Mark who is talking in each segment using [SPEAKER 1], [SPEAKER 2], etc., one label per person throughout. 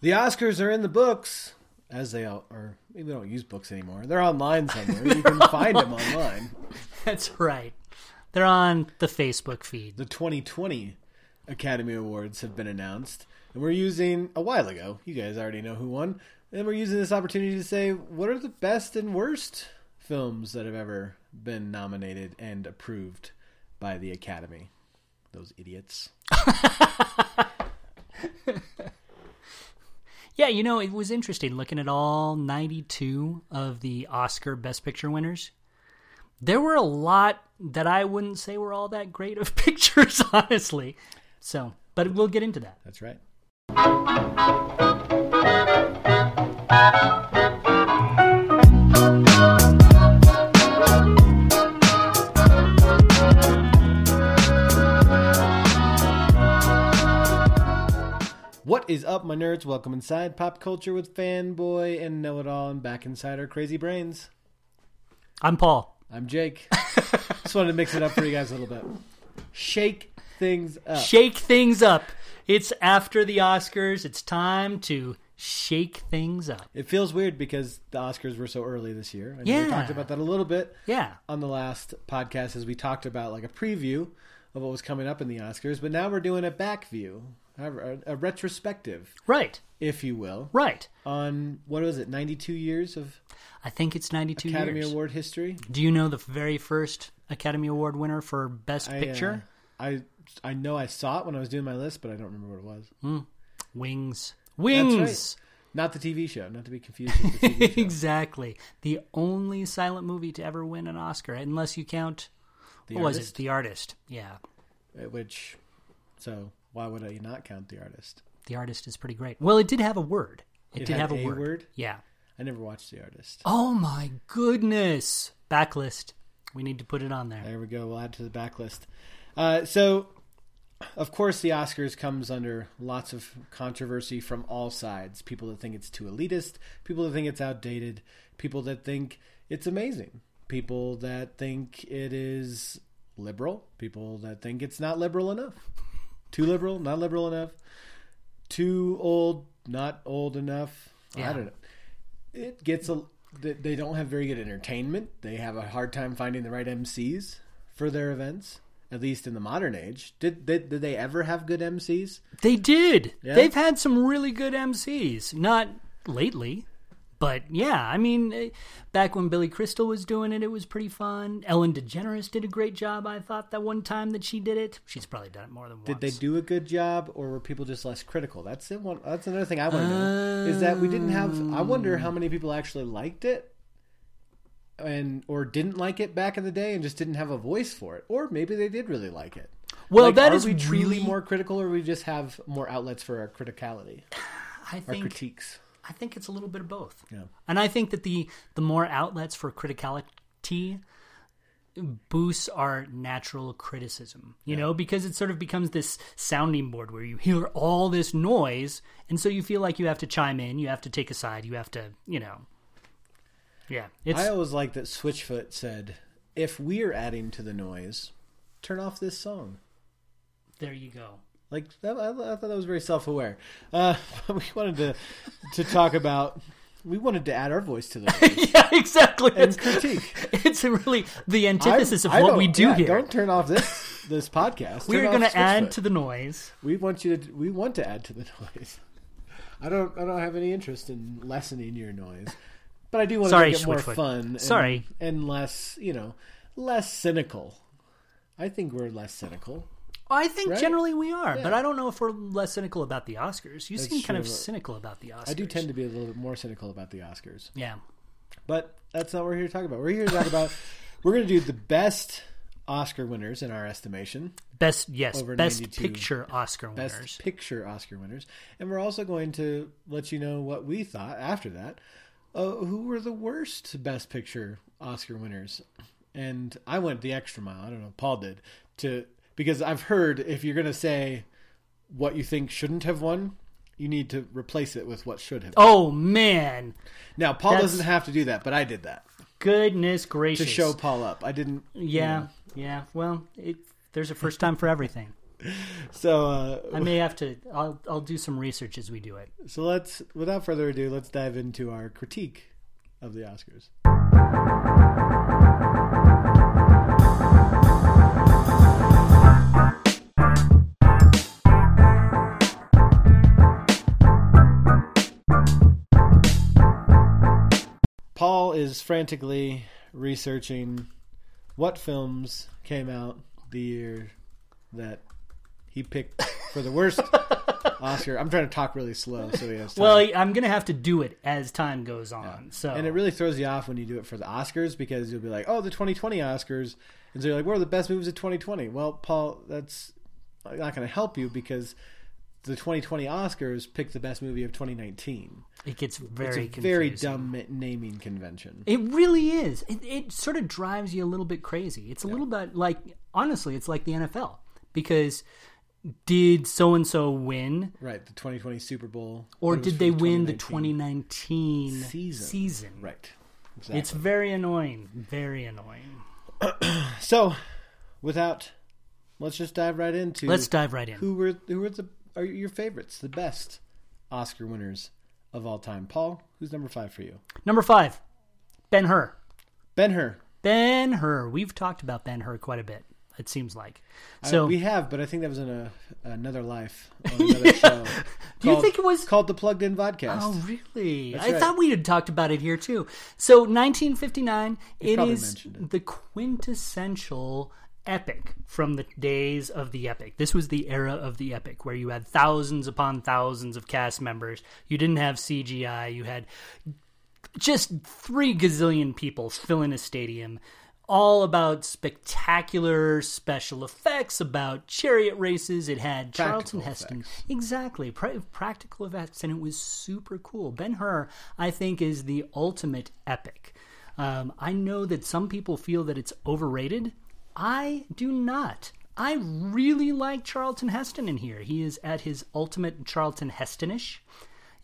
[SPEAKER 1] The Oscars are in the books, as they all are. Maybe they don't use books anymore. They're online somewhere. You can find them online.
[SPEAKER 2] That's right. They're on the Facebook feed.
[SPEAKER 1] The 2020 Academy Awards have been announced, and we're using a while ago. You guys already know who won, and we're using this opportunity to say what are the best and worst films that have ever been nominated and approved by the Academy. Those idiots.
[SPEAKER 2] Yeah, you know, it was interesting looking at all 92 of the Oscar Best Picture winners. There were a lot that I wouldn't say were all that great of pictures, honestly. So, but we'll get into that.
[SPEAKER 1] That's right. What is up, my nerds? Welcome inside pop culture with fanboy and know it all, and back inside our crazy brains.
[SPEAKER 2] I'm Paul.
[SPEAKER 1] I'm Jake. Just wanted to mix it up for you guys a little bit. Shake things up.
[SPEAKER 2] Shake things up. It's after the Oscars. It's time to shake things up.
[SPEAKER 1] It feels weird because the Oscars were so early this year. I know
[SPEAKER 2] Yeah.
[SPEAKER 1] We talked about that a little bit
[SPEAKER 2] Yeah.
[SPEAKER 1] on the last podcast as we talked about like a preview of what was coming up in the Oscars, but now we're doing a back view, a, a retrospective,
[SPEAKER 2] Right.
[SPEAKER 1] if you will,
[SPEAKER 2] Right.
[SPEAKER 1] on what was it, 92 years of
[SPEAKER 2] I think it's 92
[SPEAKER 1] Academy
[SPEAKER 2] years.
[SPEAKER 1] Award history?
[SPEAKER 2] Do you know the very first Academy Award winner for Best
[SPEAKER 1] I, uh,
[SPEAKER 2] Picture?
[SPEAKER 1] I I know I saw it when I was doing my list, but I don't remember what it was.
[SPEAKER 2] Hmm. Wings. Wings.
[SPEAKER 1] Not the TV show, not to be confused with the TV show.
[SPEAKER 2] exactly. The only silent movie to ever win an Oscar, unless you count
[SPEAKER 1] The
[SPEAKER 2] what was
[SPEAKER 1] Artist,
[SPEAKER 2] it? The Artist. Yeah.
[SPEAKER 1] uh, Which, so why would I not count The Artist?
[SPEAKER 2] The Artist is pretty great. Well, it did have a word. It,
[SPEAKER 1] It
[SPEAKER 2] did
[SPEAKER 1] had
[SPEAKER 2] have a,
[SPEAKER 1] a
[SPEAKER 2] word.
[SPEAKER 1] word?
[SPEAKER 2] Yeah.
[SPEAKER 1] I never watched The Artist.
[SPEAKER 2] Oh my goodness. Backlist. We need to put it on there.
[SPEAKER 1] There we go. We'll add to the backlist. Uh, so, of course, the Oscars comes under lots of controversy from all sides. People that think it's too elitist, people that think it's outdated, people that think it's amazing, people that think it is liberal, people that think it's not liberal enough, too liberal, not liberal enough, too old, not old enough.
[SPEAKER 2] Yeah.
[SPEAKER 1] I don't know. It gets a. they- They don't have very good entertainment. They have a hard time finding the right MCs for their events. At least in the modern age, did they, did they ever have good MCs?
[SPEAKER 2] They did.
[SPEAKER 1] Yeah.
[SPEAKER 2] They've had some really good MCs. Not lately, but yeah. I mean, eh, back when Billy Crystal was doing it, it was pretty fun. Ellen DeGeneres did a great job, I thought, that one time that she did it. She's probably done it more than
[SPEAKER 1] Did
[SPEAKER 2] once.
[SPEAKER 1] they do a good job, or were people just less critical? That's the one. That's another thing I want to know is that we didn't have. I wonder how many people actually liked it, and or didn't like it back in the day, and just didn't have a voice for it, or maybe they did really like it.
[SPEAKER 2] Well,
[SPEAKER 1] Like,
[SPEAKER 2] that
[SPEAKER 1] are
[SPEAKER 2] is
[SPEAKER 1] we truly
[SPEAKER 2] really-
[SPEAKER 1] more critical, or we just have more outlets for our criticality,
[SPEAKER 2] I
[SPEAKER 1] our
[SPEAKER 2] think
[SPEAKER 1] critiques.
[SPEAKER 2] I think it's a little bit of both.
[SPEAKER 1] Yeah.
[SPEAKER 2] And I think that the the more outlets for criticality boosts our natural criticism, you know, because it sort of becomes this sounding board where you hear all this noise and so you feel like you have to chime in, you have to take a side, you have to, you know. Yeah. It's
[SPEAKER 1] I always like that Switchfoot said, "If we're adding to the noise, turn off this song."
[SPEAKER 2] there you go.
[SPEAKER 1] Like that, I, I thought that was very self-aware. Uh, we wanted to to talk about. We wanted to add our voice to the noise
[SPEAKER 2] yeah, exactly.
[SPEAKER 1] and
[SPEAKER 2] It's,
[SPEAKER 1] critique.
[SPEAKER 2] it's really the
[SPEAKER 1] I-
[SPEAKER 2] antithesis
[SPEAKER 1] I
[SPEAKER 2] of what
[SPEAKER 1] don't-
[SPEAKER 2] we do
[SPEAKER 1] yeah,
[SPEAKER 2] here.
[SPEAKER 1] Don't turn off this this podcast.
[SPEAKER 2] we
[SPEAKER 1] Turn
[SPEAKER 2] are
[SPEAKER 1] off
[SPEAKER 2] going to add
[SPEAKER 1] Switchfoot.
[SPEAKER 2] to the noise.
[SPEAKER 1] We want you to. We want to add to the noise. I don't. I don't have any interest in lessening your noise, but I do want
[SPEAKER 2] Sorry,
[SPEAKER 1] to make it more
[SPEAKER 2] Switchfoot.
[SPEAKER 1] fun. and-
[SPEAKER 2] Sorry.
[SPEAKER 1] and less. You know, less cynical. I think we're less cynical.
[SPEAKER 2] I think
[SPEAKER 1] Right?
[SPEAKER 2] generally we are, but
[SPEAKER 1] Yeah.
[SPEAKER 2] I don't know if we're less cynical about the Oscars. You seem kind of
[SPEAKER 1] true.
[SPEAKER 2] cynical about the Oscars.
[SPEAKER 1] I do tend to be a little bit more cynical about the Oscars,
[SPEAKER 2] Yeah.
[SPEAKER 1] but that's not what we're here to talk about. We're here to talk about. we're going to do the best Oscar winners in our estimation,
[SPEAKER 2] Best, yes,
[SPEAKER 1] Over
[SPEAKER 2] best
[SPEAKER 1] 92.
[SPEAKER 2] picture Oscar
[SPEAKER 1] best
[SPEAKER 2] winners.
[SPEAKER 1] picture Oscar winners, and we're also going to let you know what we thought after that. Uh, who were the worst best picture Oscar winners? And I went the extra mile. I don't know. Paul did to because I've heard if you're going to say what you think shouldn't have won, you need to replace it with what should have.
[SPEAKER 2] oh, man.
[SPEAKER 1] Now Paul
[SPEAKER 2] That's-
[SPEAKER 1] doesn't have to do that, but I did that.
[SPEAKER 2] Goodness gracious.
[SPEAKER 1] to show Paul up. I didn't.
[SPEAKER 2] Yeah, yeah. Well, it, there's a first time for everything.
[SPEAKER 1] So, uh,
[SPEAKER 2] I may have to. I'll I'll do some research as we do it.
[SPEAKER 1] so let's, without further ado, let's dive into our critique of the Oscars. Paul is frantically researching what films came out the year that he picked for the worst Oscar. I'm trying to talk really slow so he has time.
[SPEAKER 2] Well, I'm gonna have to do it as time goes on. So
[SPEAKER 1] And it really throws you off when you do it for the Oscars because you'll be like, oh, the 2020 Oscars. And so you're like, what are the best movies of 2020? Well, Paul, that's not going to help you because the 2020 Oscars picked the best movie of 2019.
[SPEAKER 2] it gets
[SPEAKER 1] It's
[SPEAKER 2] very
[SPEAKER 1] a
[SPEAKER 2] confusing.
[SPEAKER 1] very dumb ma- naming convention.
[SPEAKER 2] It really is. It, it sort of drives you a little bit crazy. It's a little bit like, honestly, it's like the NFL because did so and so win,
[SPEAKER 1] Right, the 2020 Super Bowl.
[SPEAKER 2] or
[SPEAKER 1] It was
[SPEAKER 2] did
[SPEAKER 1] for
[SPEAKER 2] they win the
[SPEAKER 1] 2019
[SPEAKER 2] 2019
[SPEAKER 1] season? Right. Exactly.
[SPEAKER 2] It's very annoying. Very annoying.
[SPEAKER 1] so, without, let's just dive right into
[SPEAKER 2] Let's dive right in.
[SPEAKER 1] who were who were the are your favorites, the best Oscar winners of all time. Paul, who's number five for you?
[SPEAKER 2] Number five, Ben Hur.
[SPEAKER 1] Ben Hur.
[SPEAKER 2] Ben Hur. We've talked about Ben Hur quite a bit. It seems like. So
[SPEAKER 1] I- Uh, we have, but I think that was in a another life on another show.
[SPEAKER 2] Do you
[SPEAKER 1] called-
[SPEAKER 2] think it was-
[SPEAKER 1] called the Plugged In Vodcast?
[SPEAKER 2] Oh, really?
[SPEAKER 1] That's
[SPEAKER 2] I
[SPEAKER 1] right.
[SPEAKER 2] thought we had talked about it here too. So, 1959, it
[SPEAKER 1] probably
[SPEAKER 2] is
[SPEAKER 1] mentioned
[SPEAKER 2] the quintessential epic from the days of the epic. This was the era of the epic where you had thousands upon thousands of cast members. You didn't have CGI, you had just three gazillion people filling a stadium, all about spectacular special effects, about chariot races. It had
[SPEAKER 1] Practical
[SPEAKER 2] Charlton Heston. Exactly. Pra- practical effects, and it was super cool. Ben Hur, I think, is the ultimate epic. Um, I know that some people feel that it's overrated. I do not. I really like Charlton Heston in here. He is at his ultimate Charlton Hestonish.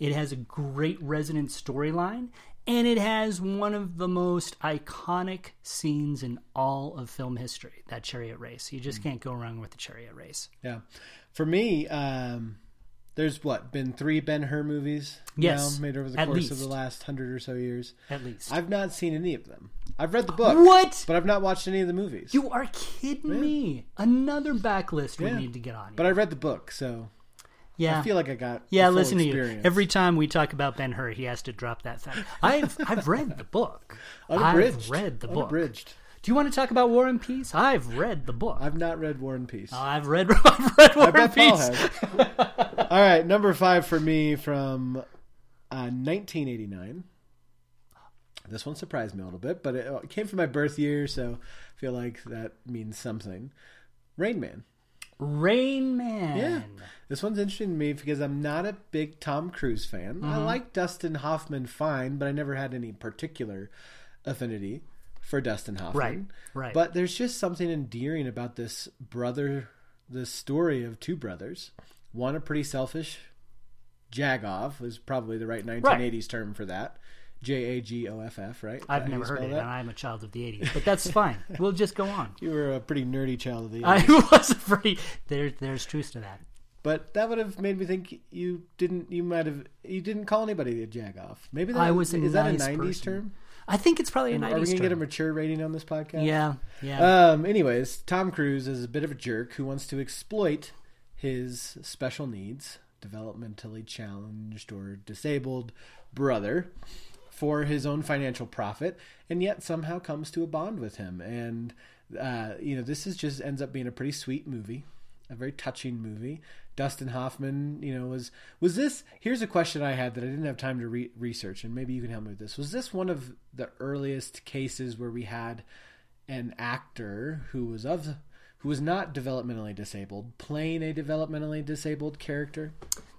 [SPEAKER 2] It has a great resonant storyline, and it has one of the most iconic scenes in all of film history that chariot race. You
[SPEAKER 1] Hmm.
[SPEAKER 2] just can't go wrong with the chariot race.
[SPEAKER 1] Yeah. For me, um, there's what been three Ben Hur movies
[SPEAKER 2] Yes,
[SPEAKER 1] now made over the
[SPEAKER 2] at
[SPEAKER 1] course of the
[SPEAKER 2] least.
[SPEAKER 1] last hundred or so years.
[SPEAKER 2] At least.
[SPEAKER 1] I've not seen any of them. I've read the book,
[SPEAKER 2] What?
[SPEAKER 1] but I've not watched any of the movies.
[SPEAKER 2] You are kidding me. Another backlist we
[SPEAKER 1] Yeah.
[SPEAKER 2] need to get on.
[SPEAKER 1] but I read the book, so
[SPEAKER 2] yeah.
[SPEAKER 1] I feel like I got
[SPEAKER 2] yeah,
[SPEAKER 1] the full
[SPEAKER 2] listen to you.
[SPEAKER 1] experience.
[SPEAKER 2] Every time we talk about Ben Hur, he has to drop that fact. I've I've read the book.
[SPEAKER 1] Unabridged.
[SPEAKER 2] I've read the book.
[SPEAKER 1] Unabridged.
[SPEAKER 2] Do you want to talk about War and Peace? I've read the book.
[SPEAKER 1] I've not read War and Peace.
[SPEAKER 2] I've read I've read Uh, War
[SPEAKER 1] I bet
[SPEAKER 2] and
[SPEAKER 1] Paul
[SPEAKER 2] Peace.
[SPEAKER 1] has. All right, number five for me from uh, 1989. This one surprised me a little bit, but it uh, came from my birth year, so I feel like that means something. Rain Man.
[SPEAKER 2] Rain Man.
[SPEAKER 1] Yeah. This one's interesting to me because I'm not a big Tom Cruise fan. I
[SPEAKER 2] Mm-hmm.
[SPEAKER 1] like Dustin Hoffman fine, but I never had any particular affinity for Dustin Hoffman.
[SPEAKER 2] Right, right.
[SPEAKER 1] But there's just something endearing about this brother, this story of two brothers. One, a pretty selfish jagoff is probably the right 1980s term for that. J A G O F F, right? Is that
[SPEAKER 2] I've
[SPEAKER 1] how
[SPEAKER 2] never
[SPEAKER 1] you
[SPEAKER 2] heard
[SPEAKER 1] spell
[SPEAKER 2] it,
[SPEAKER 1] that?
[SPEAKER 2] and I'm a child of the '80s, but that's fine. we'll just go on.
[SPEAKER 1] You were a pretty nerdy child of the 80s.
[SPEAKER 2] I was afraid. There, there's truth to that.
[SPEAKER 1] But that would have made me think you didn't. You might have. You didn't call anybody a jagoff. Maybe that,
[SPEAKER 2] I was a
[SPEAKER 1] is that
[SPEAKER 2] nice
[SPEAKER 1] a '90s
[SPEAKER 2] person.
[SPEAKER 1] term?
[SPEAKER 2] I think it's probably a
[SPEAKER 1] Are we
[SPEAKER 2] '90s
[SPEAKER 1] gonna get a
[SPEAKER 2] term.
[SPEAKER 1] mature rating on this podcast?
[SPEAKER 2] yeah, yeah.
[SPEAKER 1] Um. Anyways, Tom Cruise is a bit of a jerk who wants to exploit his special needs, developmentally challenged or disabled brother, for his own financial profit, and yet somehow comes to a bond with him. And uh, you know, this is just ends up being a pretty sweet movie a very touching movie. Dustin Hoffman, you know, was was this? Here's a question I had that I didn't have time to re- research, and maybe you can help me with this. Was this one of the earliest cases where we had an actor who was of who was not developmentally disabled playing a developmentally disabled character?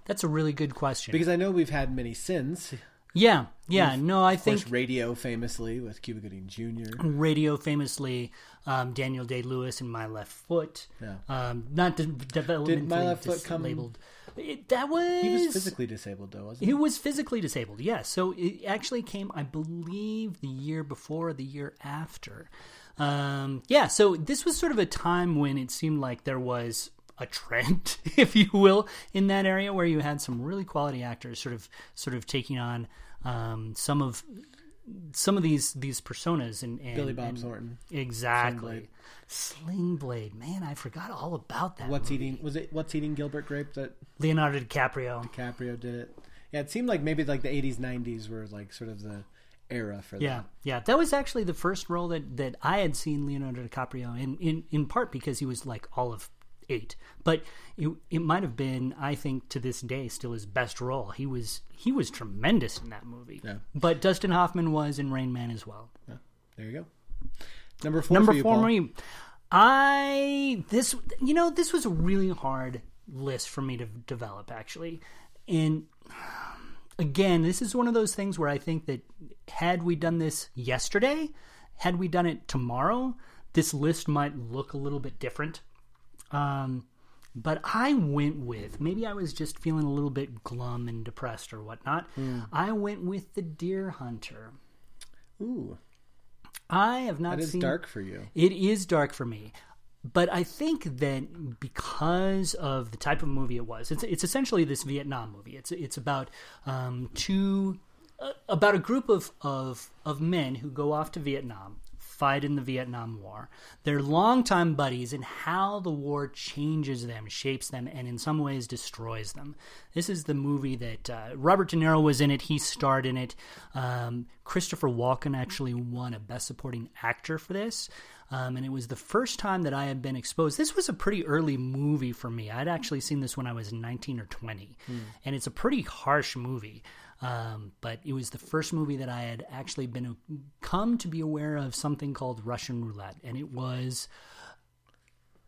[SPEAKER 2] That's a really good question.
[SPEAKER 1] Because I know we've had many since. Of
[SPEAKER 2] yeah, yeah. No, I think
[SPEAKER 1] course, radio famously with Cuba Gooding Jr.
[SPEAKER 2] radio famously um, Daniel Day Lewis in My Left Foot.
[SPEAKER 1] Yeah.
[SPEAKER 2] Um, not de- developmentally
[SPEAKER 1] My Left Foot come-
[SPEAKER 2] disabled. It, that was
[SPEAKER 1] He was physically disabled though, wasn't he?
[SPEAKER 2] He was physically disabled, yes. So it actually came, I believe, the year before, or the year after. Um, yeah, so this was sort of a time when it seemed like there was a trend, if you will, in that area where you had some really quality actors sort of sort of taking on um, some of some of these these personas and, and
[SPEAKER 1] Billy Bob
[SPEAKER 2] and-
[SPEAKER 1] Thornton.
[SPEAKER 2] exactly Sling Blade. Man, I forgot all about that.
[SPEAKER 1] What's
[SPEAKER 2] movie.
[SPEAKER 1] eating? Was it What's eating Gilbert Grape that
[SPEAKER 2] Leonardo DiCaprio?
[SPEAKER 1] Caprio did it? Yeah, it seemed like maybe like the '80s, '90s were like sort of the era for
[SPEAKER 2] Yeah, yeah. That was actually the first role that, that I had seen Leonardo DiCaprio in, in, in part because he was like all of eight. But it, it might have been, I think, to this day, still his best role. He was he was tremendous in that movie.
[SPEAKER 1] Yeah.
[SPEAKER 2] But Dustin Hoffman was in Rain Man as well.
[SPEAKER 1] that. Yeah. There you go. Number four.
[SPEAKER 2] Number
[SPEAKER 1] for you,
[SPEAKER 2] four,
[SPEAKER 1] Paul.
[SPEAKER 2] Marie. I this you know this was a really hard list for me to develop actually, and again, this is one of those things where I think that had we done this yesterday, had we done it tomorrow, this list might look a little bit different. Um, but I went with maybe I was just feeling a little bit glum and depressed or whatnot.
[SPEAKER 1] Hmm.
[SPEAKER 2] I went with the Deer Hunter.
[SPEAKER 1] Ooh,
[SPEAKER 2] I have not
[SPEAKER 1] that is
[SPEAKER 2] seen
[SPEAKER 1] dark for you.
[SPEAKER 2] it is dark for me. But I think that because of the type of movie it was, it's it's essentially this Vietnam movie. It's it's about um, two uh, about a group of, of of men who go off to Vietnam, fight in the Vietnam War. They're longtime buddies, and how the war changes them, shapes them, and in some ways destroys them. This is the movie that uh, Robert De Niro was in it. He starred in it. Um, Christopher Walken actually won a Best Supporting Actor for this. Um, and it was the first time that I had been exposed. This was a pretty early movie for me. I'd actually seen this when I was 19 or 20. And it's a pretty harsh movie. Um, but it was the first movie that I had actually been uh, come to be aware of something called Russian roulette. And it was.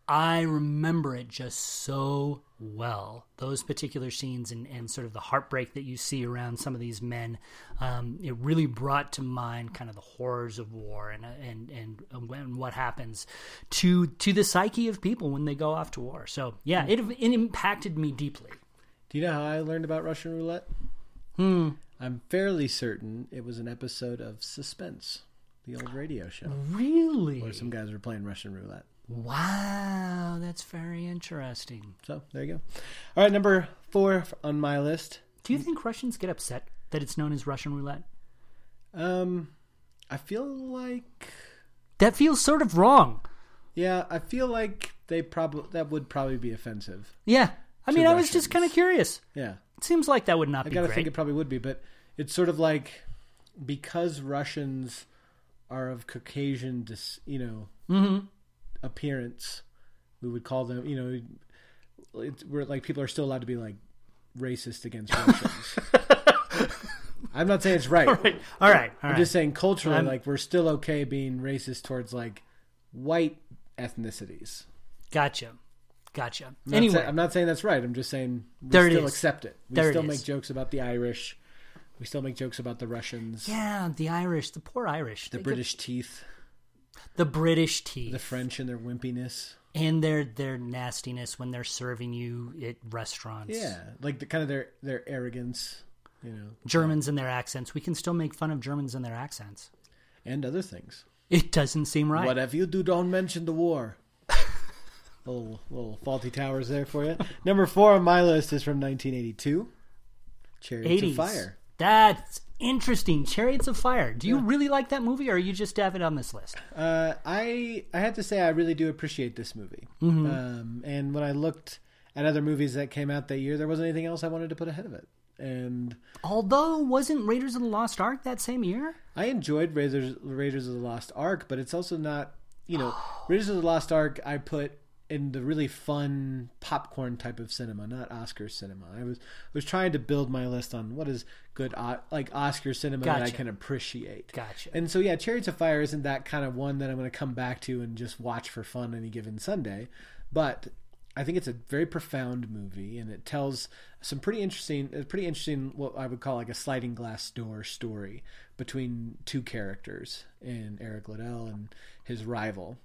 [SPEAKER 2] I remember it just so well. Those particular scenes and, and sort of the heartbreak that you see around some of these men, um, it really brought to mind kind of the horrors of war and and and, uh, when, what happens to to the psyche of people when they go off to war. So yeah, it it impacted me deeply.
[SPEAKER 1] Do you know how I learned about Russian roulette? Hmm. I'm fairly certain it was an episode of Suspense, the old radio show,
[SPEAKER 2] Really?
[SPEAKER 1] where some guys were playing Russian roulette.
[SPEAKER 2] Wow, that's very interesting.
[SPEAKER 1] So there you go. All right, number four on my list.
[SPEAKER 2] Do you think Russians get upset that it's known as Russian roulette?
[SPEAKER 1] Um, I feel like
[SPEAKER 2] That feels sort of wrong.
[SPEAKER 1] yeah, I feel like they probably that would probably be offensive.
[SPEAKER 2] Yeah. I mean, I was
[SPEAKER 1] Russians.
[SPEAKER 2] just kind of curious.
[SPEAKER 1] Yeah,
[SPEAKER 2] It seems like that would not
[SPEAKER 1] I
[SPEAKER 2] be
[SPEAKER 1] gotta
[SPEAKER 2] great.
[SPEAKER 1] think it probably would be, but it's sort of like because Russians are of Caucasian, dis, you know, appearance, we would call them, you know, it's, we're like people are still allowed to be like racist against Russians. I'm not saying it's right.
[SPEAKER 2] all right, all right.
[SPEAKER 1] I'm just saying culturally, like we're still okay being racist towards like white ethnicities.
[SPEAKER 2] gotcha, gotcha.
[SPEAKER 1] I'm not
[SPEAKER 2] Anyway,
[SPEAKER 1] say- I'm not saying that's right. I'm just saying we
[SPEAKER 2] There it
[SPEAKER 1] still
[SPEAKER 2] is.
[SPEAKER 1] accept it. We
[SPEAKER 2] There it
[SPEAKER 1] still
[SPEAKER 2] is.
[SPEAKER 1] make jokes about the Irish. We still make jokes about the Russians,
[SPEAKER 2] yeah, the Irish, the poor Irish,
[SPEAKER 1] the British teeth,
[SPEAKER 2] the British tea,
[SPEAKER 1] the French and their wimpiness.
[SPEAKER 2] and their their nastiness when they're serving you at restaurants.
[SPEAKER 1] Yeah, like the kind of their their arrogance, you know,
[SPEAKER 2] Germans and their accents. We can still make fun of Germans and their accents.
[SPEAKER 1] and other things.
[SPEAKER 2] It doesn't seem right.
[SPEAKER 1] Whatever you do, don't mention the war. little little faulty towers there for you. Number four on my list is from 1982, Chariots of
[SPEAKER 2] Eighties.
[SPEAKER 1] Fire.
[SPEAKER 2] That's interesting. Chariots of Fire. Do you really like that movie, or are you just have it on this list?
[SPEAKER 1] Uh, I I have to say I really do appreciate this movie. Um, and when I looked at other movies that came out that year, there wasn't anything else I wanted to put ahead of it. And
[SPEAKER 2] Although, wasn't Raiders of the Lost Ark that same year?
[SPEAKER 1] I enjoyed Raiders Raiders of the Lost Ark, but it's also not you know Raiders of the Lost Ark. I put in the really fun popcorn type of cinema, not Oscar cinema. I was was trying to build my list on what is good o- like Oscar cinema that I
[SPEAKER 2] Gotcha.
[SPEAKER 1] can appreciate.
[SPEAKER 2] Gotcha.
[SPEAKER 1] And so yeah, Chariots of Fire isn't that kind of one that I'm going to come back to and just watch for fun any given Sunday, but I think it's a very profound movie, and it tells some pretty interesting, a pretty interesting what I would call like a sliding glass door story between two characters in Eric Liddell and his rival,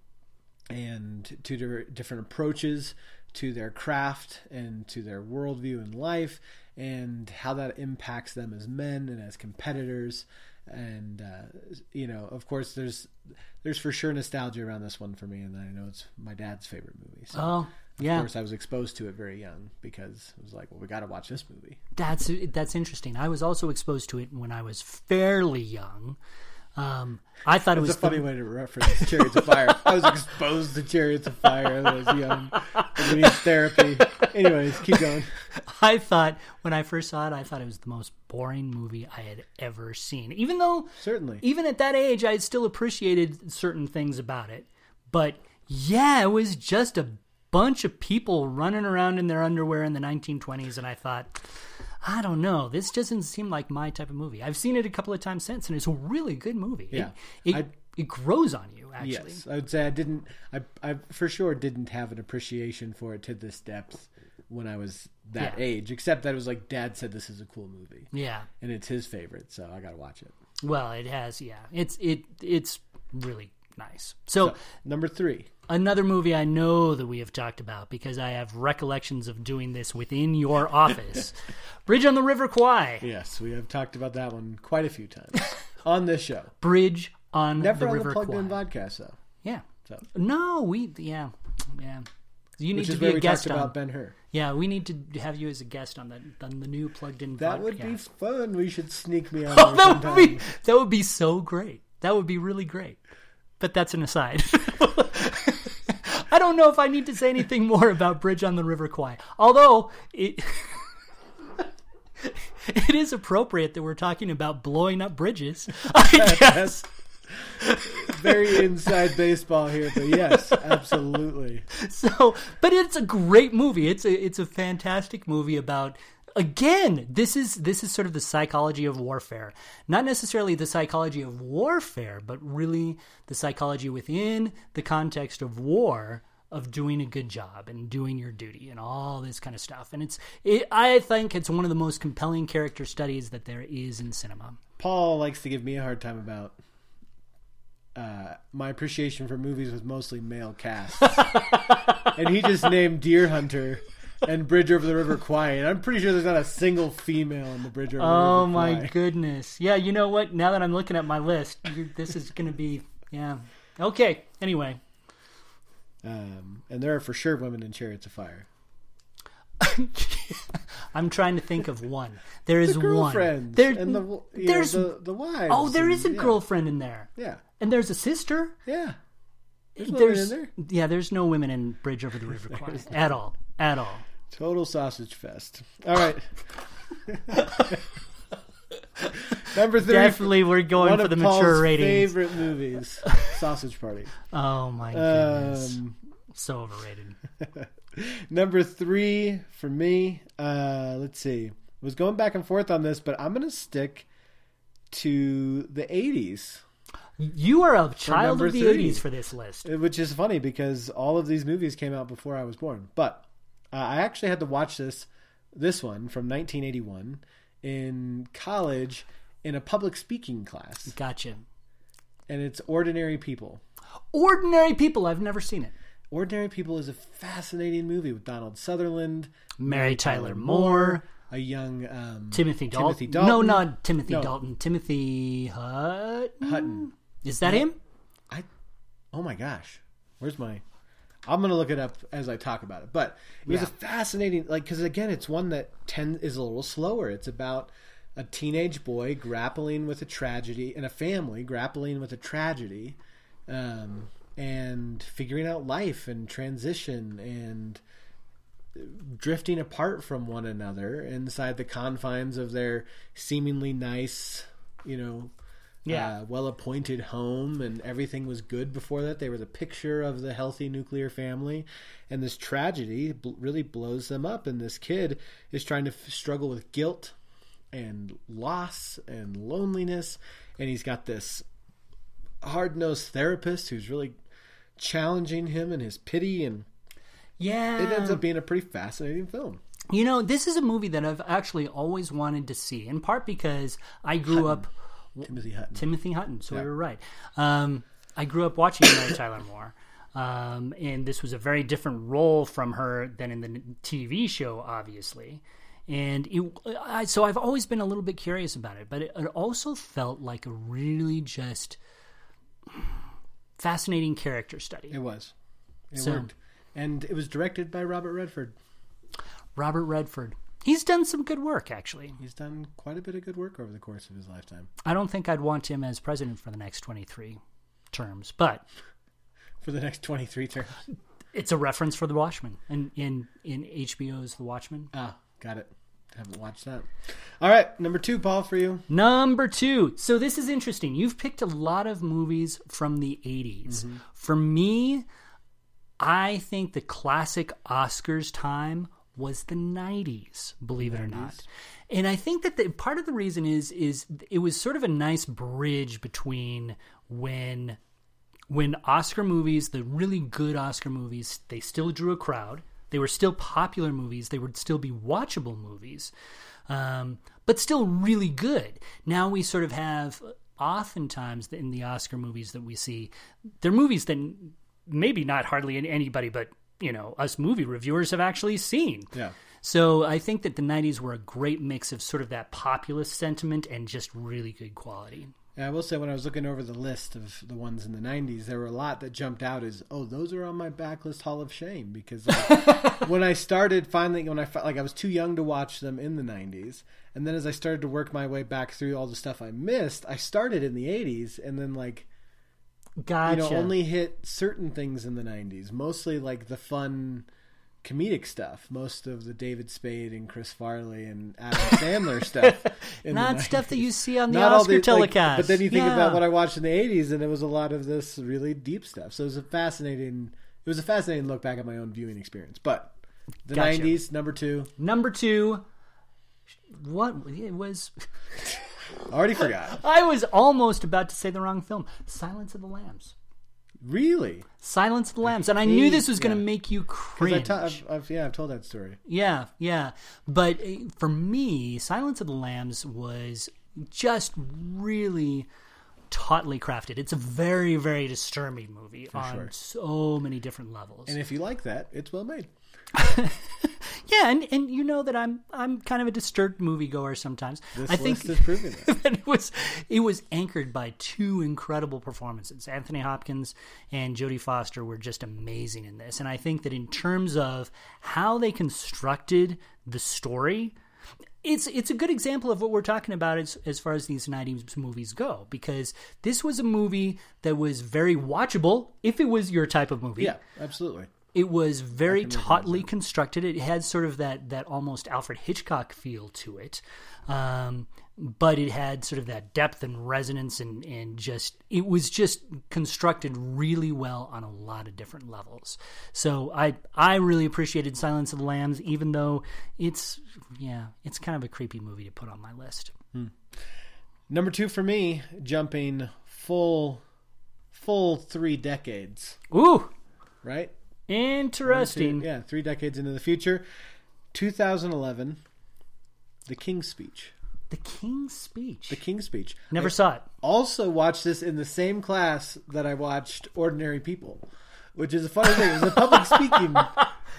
[SPEAKER 1] and two di- different approaches to their craft and to their worldview in life, and how that impacts them as men and as competitors. And uh, you know, of course, there's there's for sure nostalgia around this one for me, and I know it's my dad's favorite movie. So
[SPEAKER 2] Oh,
[SPEAKER 1] Of
[SPEAKER 2] Yeah.
[SPEAKER 1] course, I was exposed to it very young because it was like, well, we got to watch this movie.
[SPEAKER 2] That's that's interesting. I was also exposed to it when I was fairly young. Um, I thought it
[SPEAKER 1] It's a
[SPEAKER 2] was
[SPEAKER 1] funny
[SPEAKER 2] the-
[SPEAKER 1] way to reference Chariots of Fire. I was exposed to Chariots of Fire when I was young. I needed therapy. Anyways, keep going.
[SPEAKER 2] I thought when I first saw it, I thought it was the most boring movie I had ever seen. Even though,
[SPEAKER 1] Certainly.
[SPEAKER 2] even at that age, I had still appreciated certain things about it. But yeah, it was just a bunch of people running around in their underwear in the 1920s, and I thought, I don't know, this doesn't seem like my type of movie. I've seen it a couple of times since, and it's a really good movie.
[SPEAKER 1] Yeah.
[SPEAKER 2] it it,
[SPEAKER 1] I-
[SPEAKER 2] it grows on you actually.
[SPEAKER 1] Yes, I would say I didn't. I, I for sure didn't have an appreciation for it to this depth when I was that
[SPEAKER 2] Yeah.
[SPEAKER 1] age. Except that it was like Dad said this is a cool movie,
[SPEAKER 2] Yeah.
[SPEAKER 1] and it's his favorite, so I got to watch it.
[SPEAKER 2] Well, it has. Yeah. It's it it's really nice. So,
[SPEAKER 1] Number three,
[SPEAKER 2] another movie I know that we have talked about because I have recollections of doing this within your office. Bridge on the River Kwai.
[SPEAKER 1] yes, we have talked about that one quite a few times on this show.
[SPEAKER 2] Bridge on
[SPEAKER 1] Never
[SPEAKER 2] the
[SPEAKER 1] on the
[SPEAKER 2] River
[SPEAKER 1] plugged
[SPEAKER 2] Kwai.
[SPEAKER 1] in podcast though,
[SPEAKER 2] yeah.
[SPEAKER 1] So.
[SPEAKER 2] No, we yeah. Yeah. You need
[SPEAKER 1] which
[SPEAKER 2] to
[SPEAKER 1] is
[SPEAKER 2] be
[SPEAKER 1] where
[SPEAKER 2] a
[SPEAKER 1] we talked
[SPEAKER 2] guest on.
[SPEAKER 1] about Ben Hur.
[SPEAKER 2] yeah, we need to have you as a guest on the on the new plugged in
[SPEAKER 1] That
[SPEAKER 2] podcast.
[SPEAKER 1] would be fun. We should sneak me on. there
[SPEAKER 2] Oh, that would be
[SPEAKER 1] sometime.
[SPEAKER 2] that would be so great. That would be really great. But that's an aside. I don't know if I need to say anything more about Bridge on the River Kwai. Although it it is appropriate that we're talking about blowing up bridges. I guess.
[SPEAKER 1] very inside baseball here, but yes, absolutely.
[SPEAKER 2] So, but it's a great movie. It's a it's a fantastic movie about again, this is this is sort of the psychology of warfare. Not necessarily the psychology of warfare, but really the psychology within the context of war of doing a good job and doing your duty and all this kind of stuff. And it's it, I think it's one of the most compelling character studies that there is in cinema.
[SPEAKER 1] Paul likes to give me a hard time about uh, my appreciation for movies with mostly male casts, and he just named Deer Hunter and Bridge Over the River Quiet. I'm pretty sure there's not a single female in the Bridge Over the
[SPEAKER 2] Oh
[SPEAKER 1] River
[SPEAKER 2] my
[SPEAKER 1] Kwai.
[SPEAKER 2] goodness. Yeah, you know what? Now that I'm looking at my list, you- this is going to be yeah. Okay. Anyway,
[SPEAKER 1] Um, and there are for sure women in Chariots of Fire.
[SPEAKER 2] I'm trying to think of one. There is one.
[SPEAKER 1] Girlfriends
[SPEAKER 2] There,
[SPEAKER 1] and the you
[SPEAKER 2] there's
[SPEAKER 1] know, the, the wives.
[SPEAKER 2] oh, there
[SPEAKER 1] and-
[SPEAKER 2] is a
[SPEAKER 1] yeah,
[SPEAKER 2] girlfriend in there,
[SPEAKER 1] Yeah,
[SPEAKER 2] and there's a sister.
[SPEAKER 1] yeah. There's, women
[SPEAKER 2] There's
[SPEAKER 1] in there.
[SPEAKER 2] yeah, there's no women in Bridge Over the River Kwai at all, at all.
[SPEAKER 1] Total sausage fest. All right. Number three.
[SPEAKER 2] Definitely, we're going
[SPEAKER 1] One
[SPEAKER 2] for
[SPEAKER 1] of
[SPEAKER 2] the
[SPEAKER 1] Paul's
[SPEAKER 2] mature ratings.
[SPEAKER 1] favorite movies, Sausage Party.
[SPEAKER 2] Oh my goodness,
[SPEAKER 1] Um,
[SPEAKER 2] so overrated.
[SPEAKER 1] number three for me. Uh, let's see. Was going back and forth on this, but I'm gonna stick to the '80s,
[SPEAKER 2] You are a child
[SPEAKER 1] number
[SPEAKER 2] of the
[SPEAKER 1] three.
[SPEAKER 2] '80s for this list.
[SPEAKER 1] which is funny because all of these movies came out before I was born. But uh, I actually had to watch this this one from 1981 in college in a public speaking class,
[SPEAKER 2] Gotcha.
[SPEAKER 1] and it's Ordinary People.
[SPEAKER 2] Ordinary people. I've never seen it.
[SPEAKER 1] Ordinary People is a fascinating movie with Donald Sutherland.
[SPEAKER 2] Mary Tyler Moore,
[SPEAKER 1] a young um,
[SPEAKER 2] Timothy Dalton.
[SPEAKER 1] Timothy Dalton.
[SPEAKER 2] No, not Timothy
[SPEAKER 1] No.
[SPEAKER 2] Dalton. Timothy Hutton.
[SPEAKER 1] Hutton.
[SPEAKER 2] Is that him?
[SPEAKER 1] I, oh my gosh, where's my? I'm gonna look it up as I talk about it. But it was
[SPEAKER 2] Yeah.
[SPEAKER 1] a fascinating, like, because again, it's one that ten is a little slower. It's about a teenage boy grappling with a tragedy and a family grappling with a tragedy, um, and figuring out life and transition and drifting apart from one another inside the confines of their seemingly nice, you know,
[SPEAKER 2] Yeah.
[SPEAKER 1] uh, well-appointed home, and everything was good before that. They were the picture of the healthy nuclear family, and this tragedy bl- really blows them up. And this kid is trying to f- struggle with guilt and loss and loneliness, and he's got this hard-nosed therapist who's really challenging him and his pity and
[SPEAKER 2] Yeah.
[SPEAKER 1] it ends up being a pretty fascinating film
[SPEAKER 2] You know, this is a movie that I've actually always wanted to see, in part because I grew up
[SPEAKER 1] timothy hutton
[SPEAKER 2] Timothy Hutton. So we were right. Um, I grew up watching Mary Tyler Moore, um, and this was a very different role from her than in the n- TV show, obviously. And it, I, so I've always been a little bit curious about it, but it, it also felt like a really just fascinating character study.
[SPEAKER 1] It was. It
[SPEAKER 2] So-
[SPEAKER 1] worked. and it was directed by Robert Redford.
[SPEAKER 2] Robert Redford. He's done some good work, actually.
[SPEAKER 1] He's done quite a bit of good work over the course of his lifetime.
[SPEAKER 2] I don't think I'd want him as president for the next 23 terms, but
[SPEAKER 1] For the next 23 terms.
[SPEAKER 2] it's a reference for The Watchmen in, in, in HBO's The Watchmen.
[SPEAKER 1] Ah, got it. Haven't watched that. All right, number two, Paul, for you.
[SPEAKER 2] Number two. So this is interesting. You've picked a lot of movies from the 80s. For me, I think the classic Oscars time was the 90s, believe it or not. And I think that the, part of the reason is is it was sort of a nice bridge between when when Oscar movies, the really good Oscar movies, they still drew a crowd. They were still popular movies. They would still be watchable movies, um, but still really good. Now we sort of have, oftentimes in the Oscar movies that we see, they're movies that maybe not hardly anybody but you know us movie reviewers have actually seen.
[SPEAKER 1] Yeah.
[SPEAKER 2] So I think that the '90s were a great mix of sort of that populist sentiment and just really good quality.
[SPEAKER 1] And I will say, when I was looking over the list of the ones in the 90s, there were a lot that jumped out as, oh, those are on my backlist Hall of Shame. Because like, when I started finally, when I felt like I was too young to watch them in the 90s. And then as I started to work my way back through all the stuff I missed, I started in the 80s and then, like, you
[SPEAKER 2] Gotcha.
[SPEAKER 1] know, only hit certain things in the 90s, mostly like the fun comedic stuff, most of the David Spade and Chris Farley and Adam Sandler stuff. in the
[SPEAKER 2] not stuff that
[SPEAKER 1] 90s.
[SPEAKER 2] you see on the
[SPEAKER 1] Not all
[SPEAKER 2] Oscar
[SPEAKER 1] the- like,
[SPEAKER 2] telecast.
[SPEAKER 1] but then you think about what
[SPEAKER 2] I.
[SPEAKER 1] I watched in the 80s, and it was a lot of this really deep stuff. So it was a fascinating. It was a fascinating look back at my own viewing experience, but the
[SPEAKER 2] Gotcha.
[SPEAKER 1] '90s number two
[SPEAKER 2] Number two, what it was?
[SPEAKER 1] already forgot.
[SPEAKER 2] I was almost about to say the wrong film. Silence of the Lambs.
[SPEAKER 1] Really?
[SPEAKER 2] Silence of the Lambs, and I knew this was going to
[SPEAKER 1] yeah.
[SPEAKER 2] make you
[SPEAKER 1] Because
[SPEAKER 2] cringe.
[SPEAKER 1] I've, I've, yeah, I've told that story.
[SPEAKER 2] Yeah, yeah. But uh, for me, Silence of the Lambs was just really tautly crafted. It's a very, very disturbing movie on
[SPEAKER 1] sure.
[SPEAKER 2] so many different levels.
[SPEAKER 1] And if you like that, it's well made.
[SPEAKER 2] yeah, and, and you know that I'm I'm kind of a disturbed moviegoer sometimes.
[SPEAKER 1] This
[SPEAKER 2] I think
[SPEAKER 1] list is proving that.
[SPEAKER 2] and it was it was anchored by two incredible performances. Anthony Hopkins and Jodie Foster were just amazing in this, and I think that in terms of how they constructed the story, it's it's a good example of what we're talking about as as far as these '90s movies go, because this was a movie that was very watchable if it was your type of movie
[SPEAKER 1] Yeah, absolutely.
[SPEAKER 2] it was very tautly constructed. It had sort of that that almost Alfred Hitchcock feel to it, um, but it had sort of that depth and resonance, and and just it was just constructed really well on a lot of different levels. So I I really appreciated Silence of the Lambs, even though it's yeah it's kind of a creepy movie to put on my list.
[SPEAKER 1] Number two for me, jumping full, full three decades.
[SPEAKER 2] Ooh,
[SPEAKER 1] Right?
[SPEAKER 2] interesting.
[SPEAKER 1] Yeah, three decades into the future, 2011, The King's Speech.
[SPEAKER 2] The King's Speech.
[SPEAKER 1] The King's Speech.
[SPEAKER 2] Never saw it.
[SPEAKER 1] also watched this in the same class that I watched Ordinary People, which is a funny thing. It was a public speaking.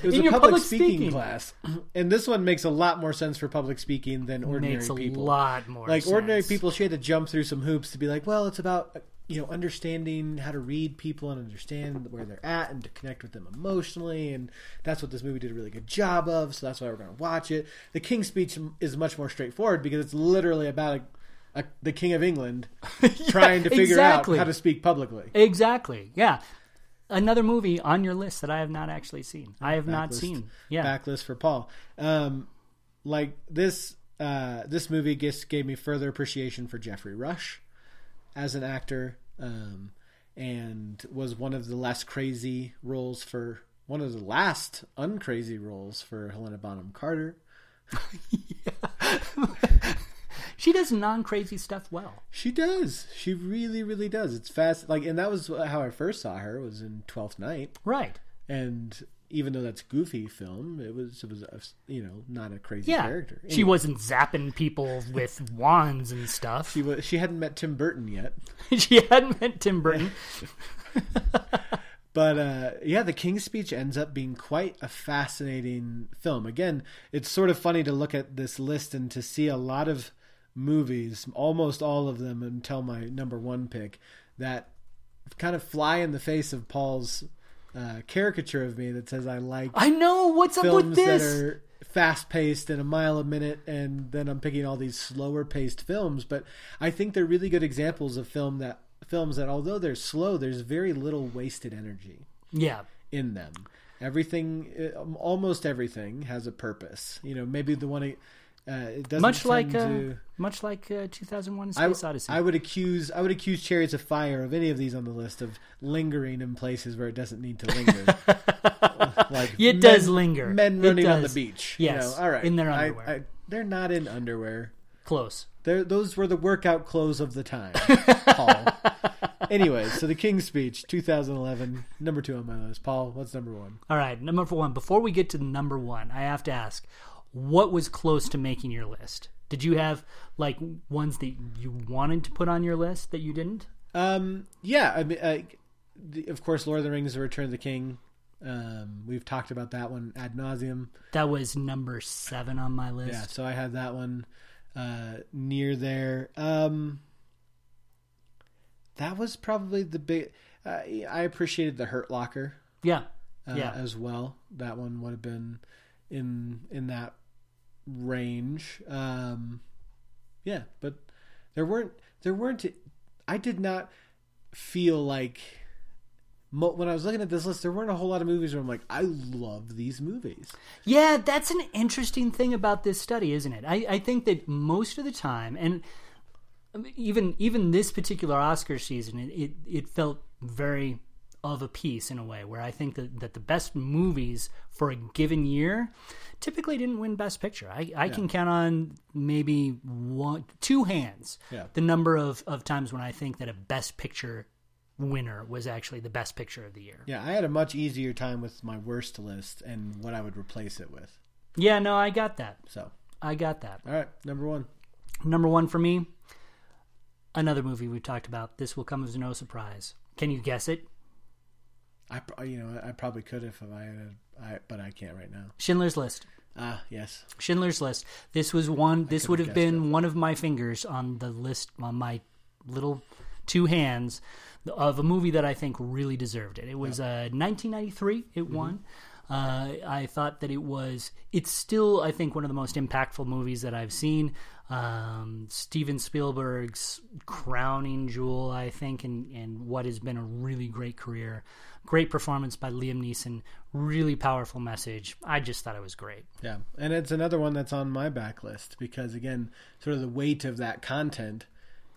[SPEAKER 1] It was
[SPEAKER 2] In
[SPEAKER 1] a
[SPEAKER 2] your
[SPEAKER 1] public,
[SPEAKER 2] public
[SPEAKER 1] speaking,
[SPEAKER 2] speaking.
[SPEAKER 1] class, and this one makes a lot more sense for public speaking than ordinary
[SPEAKER 2] Makes a
[SPEAKER 1] people.
[SPEAKER 2] lot more
[SPEAKER 1] like ordinary
[SPEAKER 2] sense.
[SPEAKER 1] people, she had to jump through some hoops to be like, well, it's about you know understanding how to read people and understand where they're at and to connect with them emotionally, and that's what this movie did a really good job of. So that's why we're going to watch it. The King's Speech is much more straightforward because it's literally about a, a, the King of England trying to figure
[SPEAKER 2] exactly.
[SPEAKER 1] out how to speak publicly.
[SPEAKER 2] Exactly. Yeah. Another movie on your list that I have not actually seen. I have not
[SPEAKER 1] Backlist-
[SPEAKER 2] seen. Yeah.
[SPEAKER 1] backlist for Paul. Um, like this, uh, this movie just gave me further appreciation for Jeffrey Rush as an actor, um, and was one of the less crazy roles for one of the last uncrazy roles for Helena Bonham Carter.
[SPEAKER 2] She does non crazy stuff well.
[SPEAKER 1] She does. She really, really does. It's fast. Like, and that was how I first saw her was in Twelfth Night.
[SPEAKER 2] Right.
[SPEAKER 1] and even though that's goofy film, it was it was a, you know not a crazy
[SPEAKER 2] Yeah.
[SPEAKER 1] character.
[SPEAKER 2] She wasn't zapping people with wands and stuff.
[SPEAKER 1] She was she hadn't met Tim Burton yet,
[SPEAKER 2] she hadn't met Tim Burton.
[SPEAKER 1] but uh, yeah, The King's Speech ends up being quite a fascinating film. Again, it's sort of funny to look at this list and to see a lot of movies, almost all of them, until my number one pick that kind of fly in the face of Paul's uh, caricature of me that says I like
[SPEAKER 2] I know what's up
[SPEAKER 1] films
[SPEAKER 2] with
[SPEAKER 1] that
[SPEAKER 2] this.
[SPEAKER 1] are fast paced and a mile a minute, and then I'm picking all these slower paced films. But I think they're really good examples of film that films that although they're slow, there's very little wasted energy
[SPEAKER 2] Yeah,
[SPEAKER 1] in them. Everything, uh, almost everything, has a purpose. You know, maybe the one uh, it doesn't
[SPEAKER 2] much like,
[SPEAKER 1] tend
[SPEAKER 2] uh,
[SPEAKER 1] to-
[SPEAKER 2] much like uh, 2001: A
[SPEAKER 1] I,
[SPEAKER 2] Space Odyssey.
[SPEAKER 1] I would accuse I would accuse Chariots of Fire of any of these on the list of lingering in places where it doesn't need to linger. like
[SPEAKER 2] It does linger.
[SPEAKER 1] Men
[SPEAKER 2] It
[SPEAKER 1] running on the
[SPEAKER 2] does.
[SPEAKER 1] beach.
[SPEAKER 2] Yes,
[SPEAKER 1] You know, all right.
[SPEAKER 2] in their
[SPEAKER 1] I-
[SPEAKER 2] underwear.
[SPEAKER 1] I- they're not in underwear.
[SPEAKER 2] Close.
[SPEAKER 1] They're, those were the workout clothes of the time. Paul. anyway, so the King's Speech, 2011, number two on my list. Paul, what's number one?
[SPEAKER 2] All right, number one. Before we get to number one, I have to ask, what was close to making your list? Did you have like ones that you wanted to put on your list that you didn't?
[SPEAKER 1] Um, yeah, I mean, I, the, of course, Lord of the Rings: The Return of the King. Um, we've talked about that one ad nauseum.
[SPEAKER 2] That was number seven on my list.
[SPEAKER 1] Yeah, so I had that one uh, near there. Um, that was probably the big. Uh, I appreciated the Hurt Locker
[SPEAKER 2] Yeah,
[SPEAKER 1] uh,
[SPEAKER 2] Yeah.
[SPEAKER 1] as well. That one would have been in in that range. Um, yeah, but there weren't there weren't. I did not feel like mo- when I was looking at this list, there weren't a whole lot of movies where I'm like, I love these movies.
[SPEAKER 2] Yeah, that's an interesting thing about this study, isn't it? I, I think that most of the time, and um, even even this particular Oscar season, it, it, it felt very of a piece in a way, where I think that, that the best movies for a given year typically didn't win Best Picture. I, I can count on maybe one, two hands
[SPEAKER 1] Yeah.
[SPEAKER 2] the number of, of times when I think that a Best Picture winner was actually the Best Picture of the year.
[SPEAKER 1] Yeah, I had a much easier time with my worst list and what I would replace it with.
[SPEAKER 2] yeah no, I got that.
[SPEAKER 1] So,
[SPEAKER 2] I got that.
[SPEAKER 1] all right, number one.
[SPEAKER 2] Number one for me, another movie we've talked about. This will come as no surprise. Can you guess it?
[SPEAKER 1] I pro- you know I probably could if I had a, I, but I can't right now.
[SPEAKER 2] Schindler's List.
[SPEAKER 1] Ah, yes.
[SPEAKER 2] Schindler's List. This was one. This would have
[SPEAKER 1] guessed
[SPEAKER 2] been one of my fingers on the list on my little two hands of a movie that I think really deserved it. It was uh, 1993. It won. Uh, I thought that it was. It's still, I think, one of the most impactful movies that I've seen. Um, Steven Spielberg's crowning jewel, I think, and and what has been a really great career. Great performance by Liam Neeson. Really powerful message. I just thought it was great.
[SPEAKER 1] Yeah, and it's another one that's on my backlist because again, sort of the weight of that content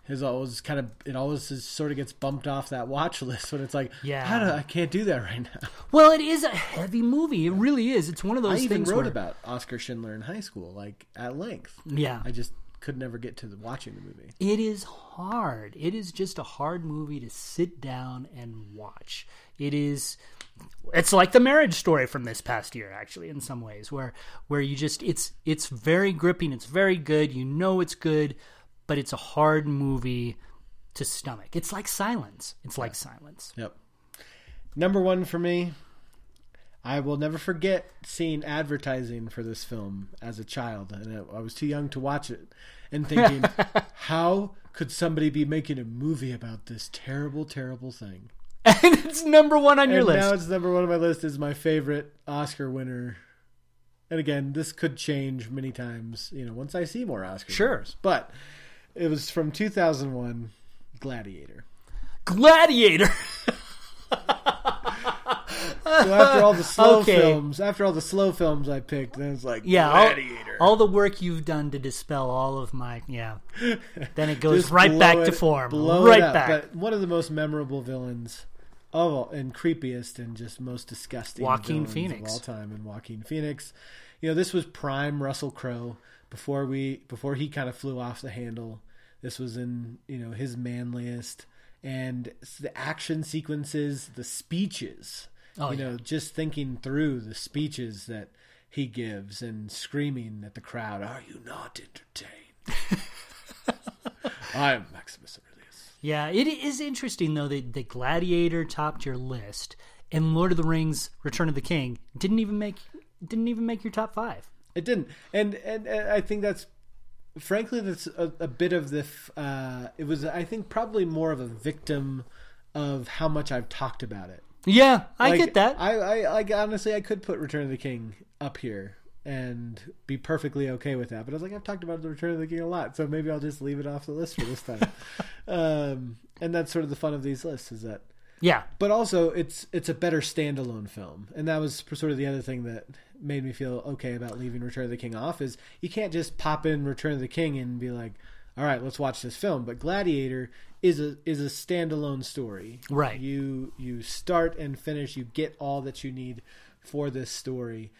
[SPEAKER 1] is always kind of it always is, sort of gets bumped off that watch list when it's like,
[SPEAKER 2] Yeah.
[SPEAKER 1] how do I can't do that right now.
[SPEAKER 2] Well, it is a heavy movie. It really is. It's one of
[SPEAKER 1] I
[SPEAKER 2] those
[SPEAKER 1] even
[SPEAKER 2] things
[SPEAKER 1] wrote
[SPEAKER 2] where,
[SPEAKER 1] about Oscar Schindler in high school, like at length.
[SPEAKER 2] yeah,
[SPEAKER 1] I just could never get to the, watching the movie.
[SPEAKER 2] it is hard. It is just a hard movie to sit down and watch. It is. It's like the marriage story from this past year, actually, in some ways, where where you just it's it's very gripping. It's very good. You know it's good, but it's a hard movie to stomach. It's like silence. It's like silence.
[SPEAKER 1] Yep. Number one for me, I will never forget seeing advertising for this film as a child, and I- I was too young to watch it, and thinking, how could somebody be making a movie about this terrible, terrible thing?
[SPEAKER 2] And it's number one on your
[SPEAKER 1] and
[SPEAKER 2] list.
[SPEAKER 1] now it's number one on my list is my favorite Oscar winner. And again, this could change many times, you know, once I see more Oscars.
[SPEAKER 2] Sure.
[SPEAKER 1] But it was from 2001 Gladiator.
[SPEAKER 2] Gladiator.
[SPEAKER 1] So after all the slow
[SPEAKER 2] Okay.
[SPEAKER 1] films, after all the slow films I picked, then it's like
[SPEAKER 2] Yeah, all-
[SPEAKER 1] Gladiator.
[SPEAKER 2] All, the work you've done to dispel all of my yeah. Then it goes
[SPEAKER 1] Just
[SPEAKER 2] right
[SPEAKER 1] blow
[SPEAKER 2] back to
[SPEAKER 1] it-
[SPEAKER 2] form.
[SPEAKER 1] blow it
[SPEAKER 2] right
[SPEAKER 1] up.
[SPEAKER 2] back.
[SPEAKER 1] But one of the most memorable villains of all, and creepiest and just most disgusting
[SPEAKER 2] Joaquin
[SPEAKER 1] villains
[SPEAKER 2] Phoenix.
[SPEAKER 1] of all time and Joaquin Phoenix. You know, this was prime Russell Crowe before we before he kind of flew off the handle. This was in, you know, his manliest and s- the action sequences, the speeches.
[SPEAKER 2] Oh,
[SPEAKER 1] you
[SPEAKER 2] yeah.
[SPEAKER 1] know, just thinking through the speeches that he gives and screaming at the crowd, "Are you not entertained?" I am Maximus Aurelius.
[SPEAKER 2] yeah, it is interesting though that the Gladiator topped your list, and Lord of the Rings: Return of the King didn't even make didn't even make your top five.
[SPEAKER 1] It didn't, and and, and I think that's frankly that's a, a bit of the. f- Uh, it was I think probably more of a victim of how much I've talked about it.
[SPEAKER 2] Yeah, I
[SPEAKER 1] Like,
[SPEAKER 2] get that.
[SPEAKER 1] I, I like honestly, I could put Return of the King up here and be perfectly okay with that. But I was like, I've talked about the Return of the King a lot, so maybe I'll just leave it off the list for this time. um, and that's sort of the fun of these lists is that.
[SPEAKER 2] yeah,
[SPEAKER 1] But also, it's it's a better standalone film, and that was sort of the other thing that made me feel okay about leaving Return of the King off is you can't just pop in Return of the King and be like, all right, let's watch this film. But Gladiator is a is a standalone story,
[SPEAKER 2] Right.
[SPEAKER 1] You you start and finish, you get all that you need for this story,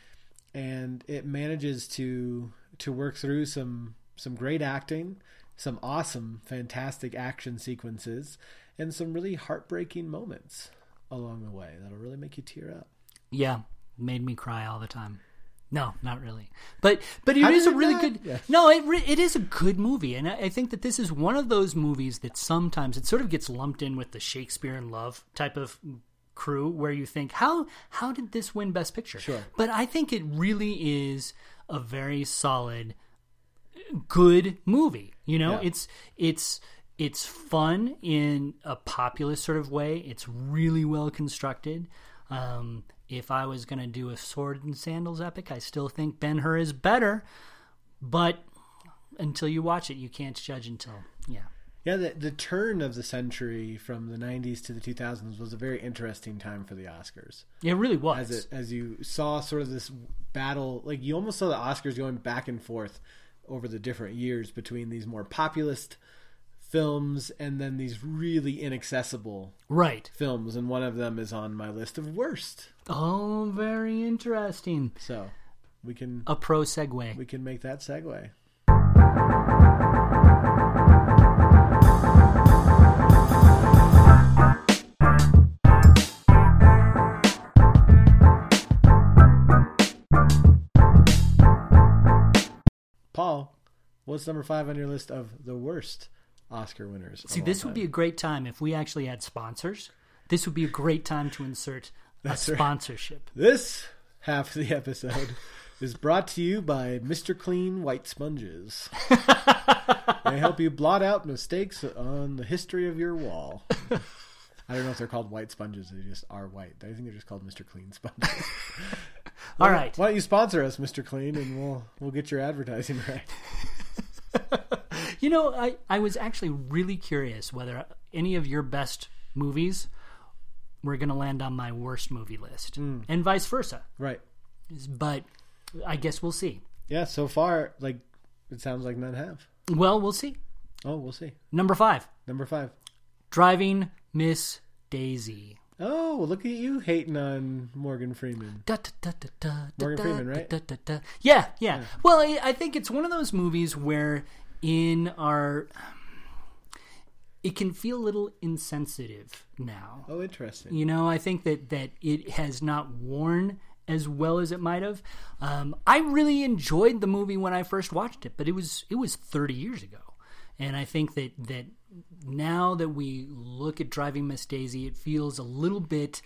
[SPEAKER 1] and it manages to to work through some some great acting, some awesome, fantastic action sequences, and some really heartbreaking moments along the way that'll really make you tear up.
[SPEAKER 2] yeah, made me cry all the time. No, not really. But but it is
[SPEAKER 1] did
[SPEAKER 2] a
[SPEAKER 1] it
[SPEAKER 2] really
[SPEAKER 1] not?
[SPEAKER 2] good.
[SPEAKER 1] Yeah.
[SPEAKER 2] No, it re- it is a good movie, and I, I think that this is one of those movies that sometimes it sort of gets lumped in with the Shakespeare in Love type of crew, where you think how how did this win Best Picture?
[SPEAKER 1] Sure.
[SPEAKER 2] But I think it really is a very solid good movie. You know,
[SPEAKER 1] Yeah.
[SPEAKER 2] it's it's it's fun in a populist sort of way. It's really well constructed. Um, if I was going to do a sword and sandals epic, I still think Ben Hur is better. But until you watch it, you can't judge until yeah.
[SPEAKER 1] Yeah, the, the turn of the century from the 90s to the 2000s was a very interesting time for the Oscars.
[SPEAKER 2] It really was.
[SPEAKER 1] as it as you saw sort of this battle like you almost saw the oscars going back and forth over the different years between these more populist films and then these really inaccessible
[SPEAKER 2] right.
[SPEAKER 1] films and one of them is on my list of worst
[SPEAKER 2] Oh, very interesting.
[SPEAKER 1] so we can
[SPEAKER 2] A pro segue.
[SPEAKER 1] we can make that segue Paul, what's number five on your list of the worst Oscar winners? of
[SPEAKER 2] See,
[SPEAKER 1] all
[SPEAKER 2] this would
[SPEAKER 1] time?
[SPEAKER 2] be a great time if we actually had sponsors. This would be a great time to insert a
[SPEAKER 1] right.
[SPEAKER 2] sponsorship.
[SPEAKER 1] this half of the episode is brought to you by Mr. Clean White Sponges. they help you blot out mistakes on the history of your wall. I don't know if they're called white sponges; they just are white. I think they're just called Mr. Clean sponges.
[SPEAKER 2] All right.
[SPEAKER 1] Why don't you sponsor us, Mr. Clean, and we'll we'll get your advertising right.
[SPEAKER 2] You know, I, I was actually really curious whether any of your best movies were going to land on my worst movie list
[SPEAKER 1] Mm.
[SPEAKER 2] and vice versa.
[SPEAKER 1] Right?
[SPEAKER 2] But I guess we'll see.
[SPEAKER 1] Yeah. So far, like it sounds like none have.
[SPEAKER 2] Well, we'll see.
[SPEAKER 1] Oh, we'll see.
[SPEAKER 2] Number five
[SPEAKER 1] Number five.
[SPEAKER 2] Driving Miss Daisy.
[SPEAKER 1] Oh, look at you hating on Morgan Freeman.
[SPEAKER 2] Da, da, da, da, da, da,
[SPEAKER 1] Morgan
[SPEAKER 2] da,
[SPEAKER 1] Freeman,
[SPEAKER 2] da,
[SPEAKER 1] right?
[SPEAKER 2] da, da, da. Yeah, yeah. Well, I, I think it's one of those movies where in our. It can feel a little insensitive now.
[SPEAKER 1] Oh, interesting.
[SPEAKER 2] You know, I think that that it has not worn as well as it might have. Um, I really enjoyed the movie when I first watched it, but it was it was 30 years ago, and I think that that now that we look at Driving Miss Daisy, it feels a little bit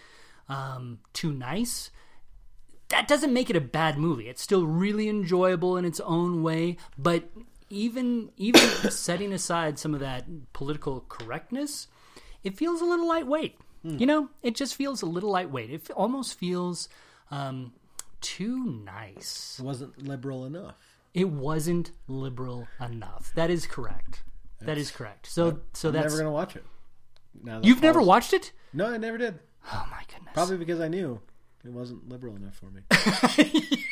[SPEAKER 2] um, too nice. That doesn't make it a bad movie. It's still really enjoyable in its own way, but even even setting aside some of that political correctness, it feels a little lightweight. You know, it just feels a little lightweight. It f- almost feels um, too nice.
[SPEAKER 1] Wasn't liberal enough.
[SPEAKER 2] It wasn't liberal enough. That is correct. That is correct. So, so
[SPEAKER 1] I'm
[SPEAKER 2] that's
[SPEAKER 1] never gonna watch it. Now that
[SPEAKER 2] you've never
[SPEAKER 1] Paul's-
[SPEAKER 2] watched it.
[SPEAKER 1] No, I never did.
[SPEAKER 2] Oh my goodness!
[SPEAKER 1] Probably because I knew it wasn't liberal enough for me.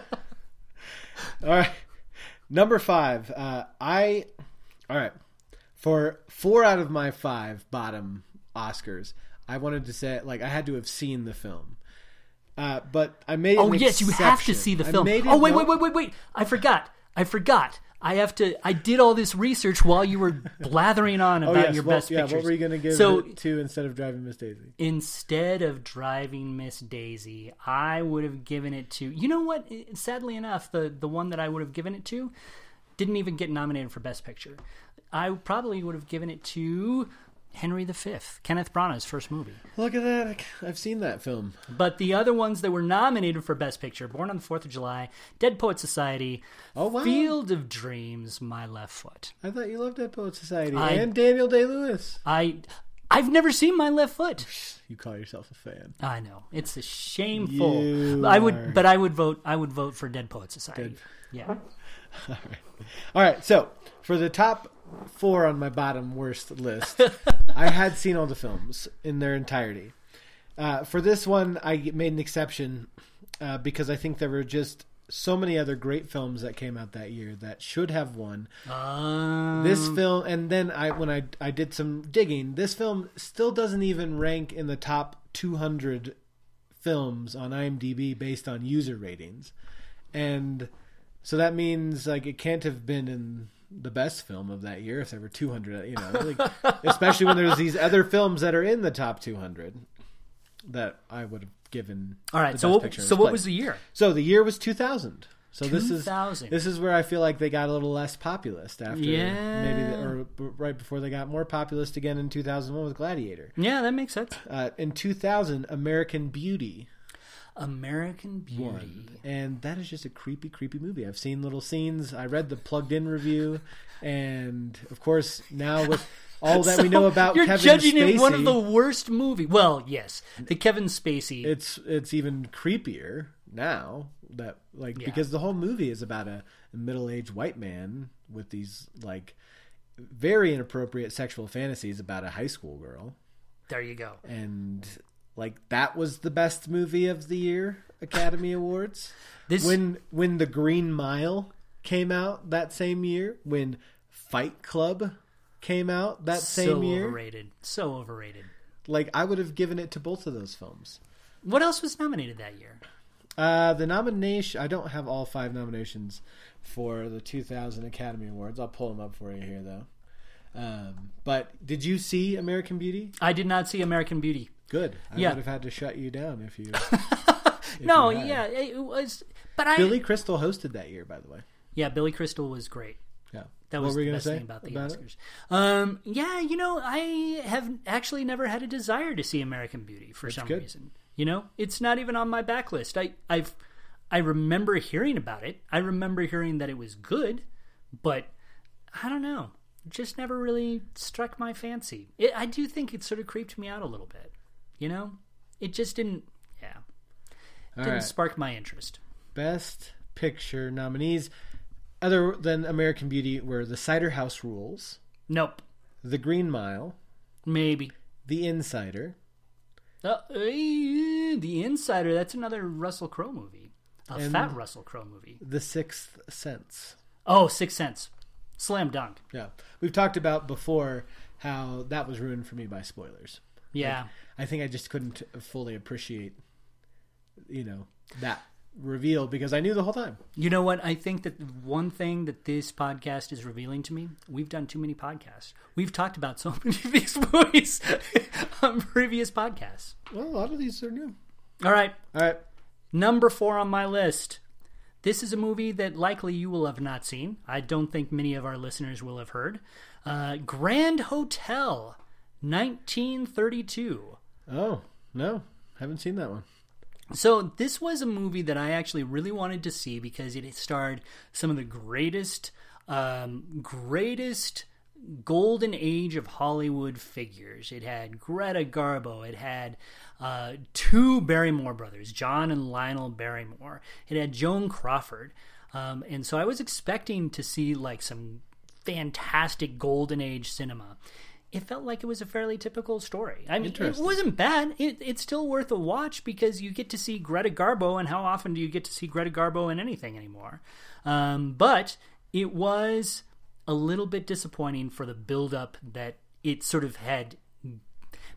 [SPEAKER 1] all right, number five. Uh, I all right for four out of my five bottom Oscars. I wanted to say like I had to have seen the film, uh, but I made.
[SPEAKER 2] Oh
[SPEAKER 1] an
[SPEAKER 2] yes, you have to
[SPEAKER 1] exception.
[SPEAKER 2] see the
[SPEAKER 1] I
[SPEAKER 2] film.
[SPEAKER 1] made it
[SPEAKER 2] Oh wait,
[SPEAKER 1] no-
[SPEAKER 2] wait, wait, wait, wait! I forgot. I forgot. I have to. I did all this research while you were blathering on
[SPEAKER 1] Oh,
[SPEAKER 2] about
[SPEAKER 1] yes,
[SPEAKER 2] your
[SPEAKER 1] well,
[SPEAKER 2] best
[SPEAKER 1] yeah,
[SPEAKER 2] pictures.
[SPEAKER 1] what were you going to give
[SPEAKER 2] So
[SPEAKER 1] it to instead of driving Miss Daisy?
[SPEAKER 2] instead of driving Miss Daisy, I would have given it to. You know what? Sadly enough, the the one that I would have given it to didn't even get nominated for Best Picture. I probably would have given it to Henry V, Kenneth Branagh's first movie.
[SPEAKER 1] Look at that! I've seen that film.
[SPEAKER 2] But the other ones that were nominated for Best Picture: Born on the Fourth of July, Dead Poet Society,
[SPEAKER 1] Oh wow!
[SPEAKER 2] Field of Dreams, My Left Foot.
[SPEAKER 1] I thought you loved Dead Poet Society
[SPEAKER 2] I-
[SPEAKER 1] and Daniel Day Lewis.
[SPEAKER 2] I I've never seen my left foot.
[SPEAKER 1] You call yourself a fan.
[SPEAKER 2] I know it's a shameful.
[SPEAKER 1] You
[SPEAKER 2] I would,
[SPEAKER 1] are-
[SPEAKER 2] but I would vote. I would vote for Dead Poet Society.
[SPEAKER 1] Good.
[SPEAKER 2] Yeah,
[SPEAKER 1] All right, so for the top four on my bottom worst list, I had seen all the films in their entirety. Uh, for this one, I made an exception uh, because I think there were just so many other great films that came out that year that should have won.
[SPEAKER 2] um,
[SPEAKER 1] This film, and then I when I I did some digging, this film still doesn't even rank in the top 200 films on IMDb based on user ratings, and so that means like it can't have been in the best film of that year if there were 200. You know, like, especially when there's these other films that are in the top 200 that I would have given.
[SPEAKER 2] All
[SPEAKER 1] the
[SPEAKER 2] right. So
[SPEAKER 1] Best
[SPEAKER 2] what,
[SPEAKER 1] Picture in
[SPEAKER 2] so what
[SPEAKER 1] its
[SPEAKER 2] was
[SPEAKER 1] place.
[SPEAKER 2] the year?
[SPEAKER 1] So the year was 2000. So this is
[SPEAKER 2] 2000.
[SPEAKER 1] this is where I feel like they got a little less populist after
[SPEAKER 2] Yeah.
[SPEAKER 1] maybe the, or b- right before they got more populist again in 2001 with Gladiator.
[SPEAKER 2] Yeah, that makes sense.
[SPEAKER 1] Uh, in 2000, American Beauty
[SPEAKER 2] American Beauty.
[SPEAKER 1] won, and that is just a creepy, creepy movie. I've seen little scenes. I read the plugged-in review, and of course now with all that we
[SPEAKER 2] So
[SPEAKER 1] know about
[SPEAKER 2] you're
[SPEAKER 1] Kevin
[SPEAKER 2] judging
[SPEAKER 1] Spacey,
[SPEAKER 2] it one of the worst movie. Well, yes, the Kevin Spacey.
[SPEAKER 1] it's it's even creepier now that like because the whole movie is about a, a middle-aged white man with these like very inappropriate sexual fantasies about a high school girl
[SPEAKER 2] there you go.
[SPEAKER 1] and like that was the best movie of the year academy awards
[SPEAKER 2] This
[SPEAKER 1] when when the green mile came out that same year when fight club came out that
[SPEAKER 2] so
[SPEAKER 1] same year
[SPEAKER 2] overrated. So overrated.
[SPEAKER 1] like i would have given it to both of those films
[SPEAKER 2] What else was nominated that year?
[SPEAKER 1] Uh, the nomination. I don't have all five nominations for the 2000 Academy Awards. I'll pull them up for you here, though. Um, but did you see American Beauty?
[SPEAKER 2] I did not see American Beauty.
[SPEAKER 1] Good. I
[SPEAKER 2] Yeah.
[SPEAKER 1] would have had to shut you down if you.
[SPEAKER 2] no,
[SPEAKER 1] you had.
[SPEAKER 2] yeah, it was. But I
[SPEAKER 1] Billy Crystal hosted that year, by the way.
[SPEAKER 2] yeah, Billy Crystal was great.
[SPEAKER 1] Yeah.
[SPEAKER 2] That
[SPEAKER 1] what
[SPEAKER 2] was
[SPEAKER 1] were you
[SPEAKER 2] the
[SPEAKER 1] gonna
[SPEAKER 2] best
[SPEAKER 1] say
[SPEAKER 2] thing about the
[SPEAKER 1] about it?
[SPEAKER 2] Oscars. Um, yeah, you know, I have actually never had a desire to see American Beauty for some
[SPEAKER 1] good.
[SPEAKER 2] reason. You know, it's not even on my backlist. I, I've, I remember hearing about it. I remember hearing that it was good, but I don't know. It Just never really struck my fancy. It, I do think it sort of creeped me out a little bit. You know, it just didn't. Yeah,
[SPEAKER 1] All
[SPEAKER 2] didn't
[SPEAKER 1] right.
[SPEAKER 2] spark my interest.
[SPEAKER 1] Best Picture nominees, other than American Beauty, were The Cider House Rules,
[SPEAKER 2] Nope.
[SPEAKER 1] The Green Mile,
[SPEAKER 2] Maybe.
[SPEAKER 1] The Insider,
[SPEAKER 2] Uh, eh, the Insider. That's another Russell Crowe movie. A fat Russell Crowe movie.
[SPEAKER 1] The Sixth Sense.
[SPEAKER 2] Oh, Sixth Sense. Slam dunk.
[SPEAKER 1] Yeah. We've talked about before how that was ruined for me by spoilers.
[SPEAKER 2] Yeah.
[SPEAKER 1] I think I just couldn't fully appreciate, you know, that reveal because I knew the whole time.
[SPEAKER 2] You know what? I think that one thing that this podcast is revealing to me, we've done too many podcasts. We've talked about so many of these movies on previous podcasts.
[SPEAKER 1] Well, a lot of these are new.
[SPEAKER 2] All right.
[SPEAKER 1] All right.
[SPEAKER 2] Number four on my list. This is a movie that likely you will have not seen. I don't think many of our listeners will have heard. Uh, Grand Hotel, 1932.
[SPEAKER 1] Oh, no. Haven't seen that one.
[SPEAKER 2] So this was a movie that I actually really wanted to see because it starred some of the greatest, um, greatest golden age of Hollywood figures. It had Greta Garbo. It had uh, two Barrymore brothers, John and Lionel Barrymore. It had Joan Crawford. Um, and so I was expecting to see like some fantastic golden age cinema. It felt like it was a fairly typical story. I mean, it
[SPEAKER 1] Interesting.
[SPEAKER 2] wasn't bad. It, it's still worth a watch because you get to see Greta Garbo, and how often do you get to see Greta Garbo in anything anymore? Um, but it was a little bit disappointing for the buildup that it sort of had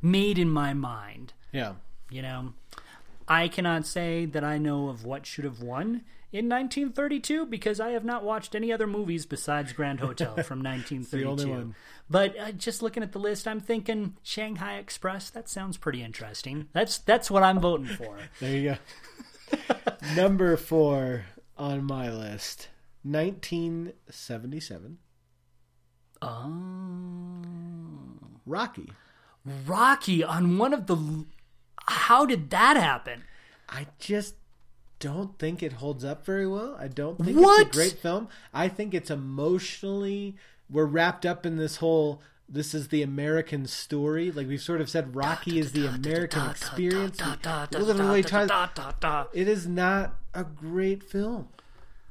[SPEAKER 2] made in my mind.
[SPEAKER 1] Yeah.
[SPEAKER 2] You know, I cannot say that I know of what should have won in 1932 because I have not watched any other movies besides Grand Hotel from 1932.
[SPEAKER 1] only one.
[SPEAKER 2] But uh, just looking at the list, I'm thinking Shanghai Express. That sounds pretty interesting. That's that's what I'm voting for.
[SPEAKER 1] There you go. Number four on my list 1977
[SPEAKER 2] Oh,
[SPEAKER 1] Rocky.
[SPEAKER 2] Rocky on one of the. How did that happen?
[SPEAKER 1] I just don't think it holds up very well. I don't think
[SPEAKER 2] What?
[SPEAKER 1] it's a great film. I think it's emotionally we're wrapped up in this whole this is the American story. Like we've sort of said, Rocky is the American experience. We literally try- It is not a great film.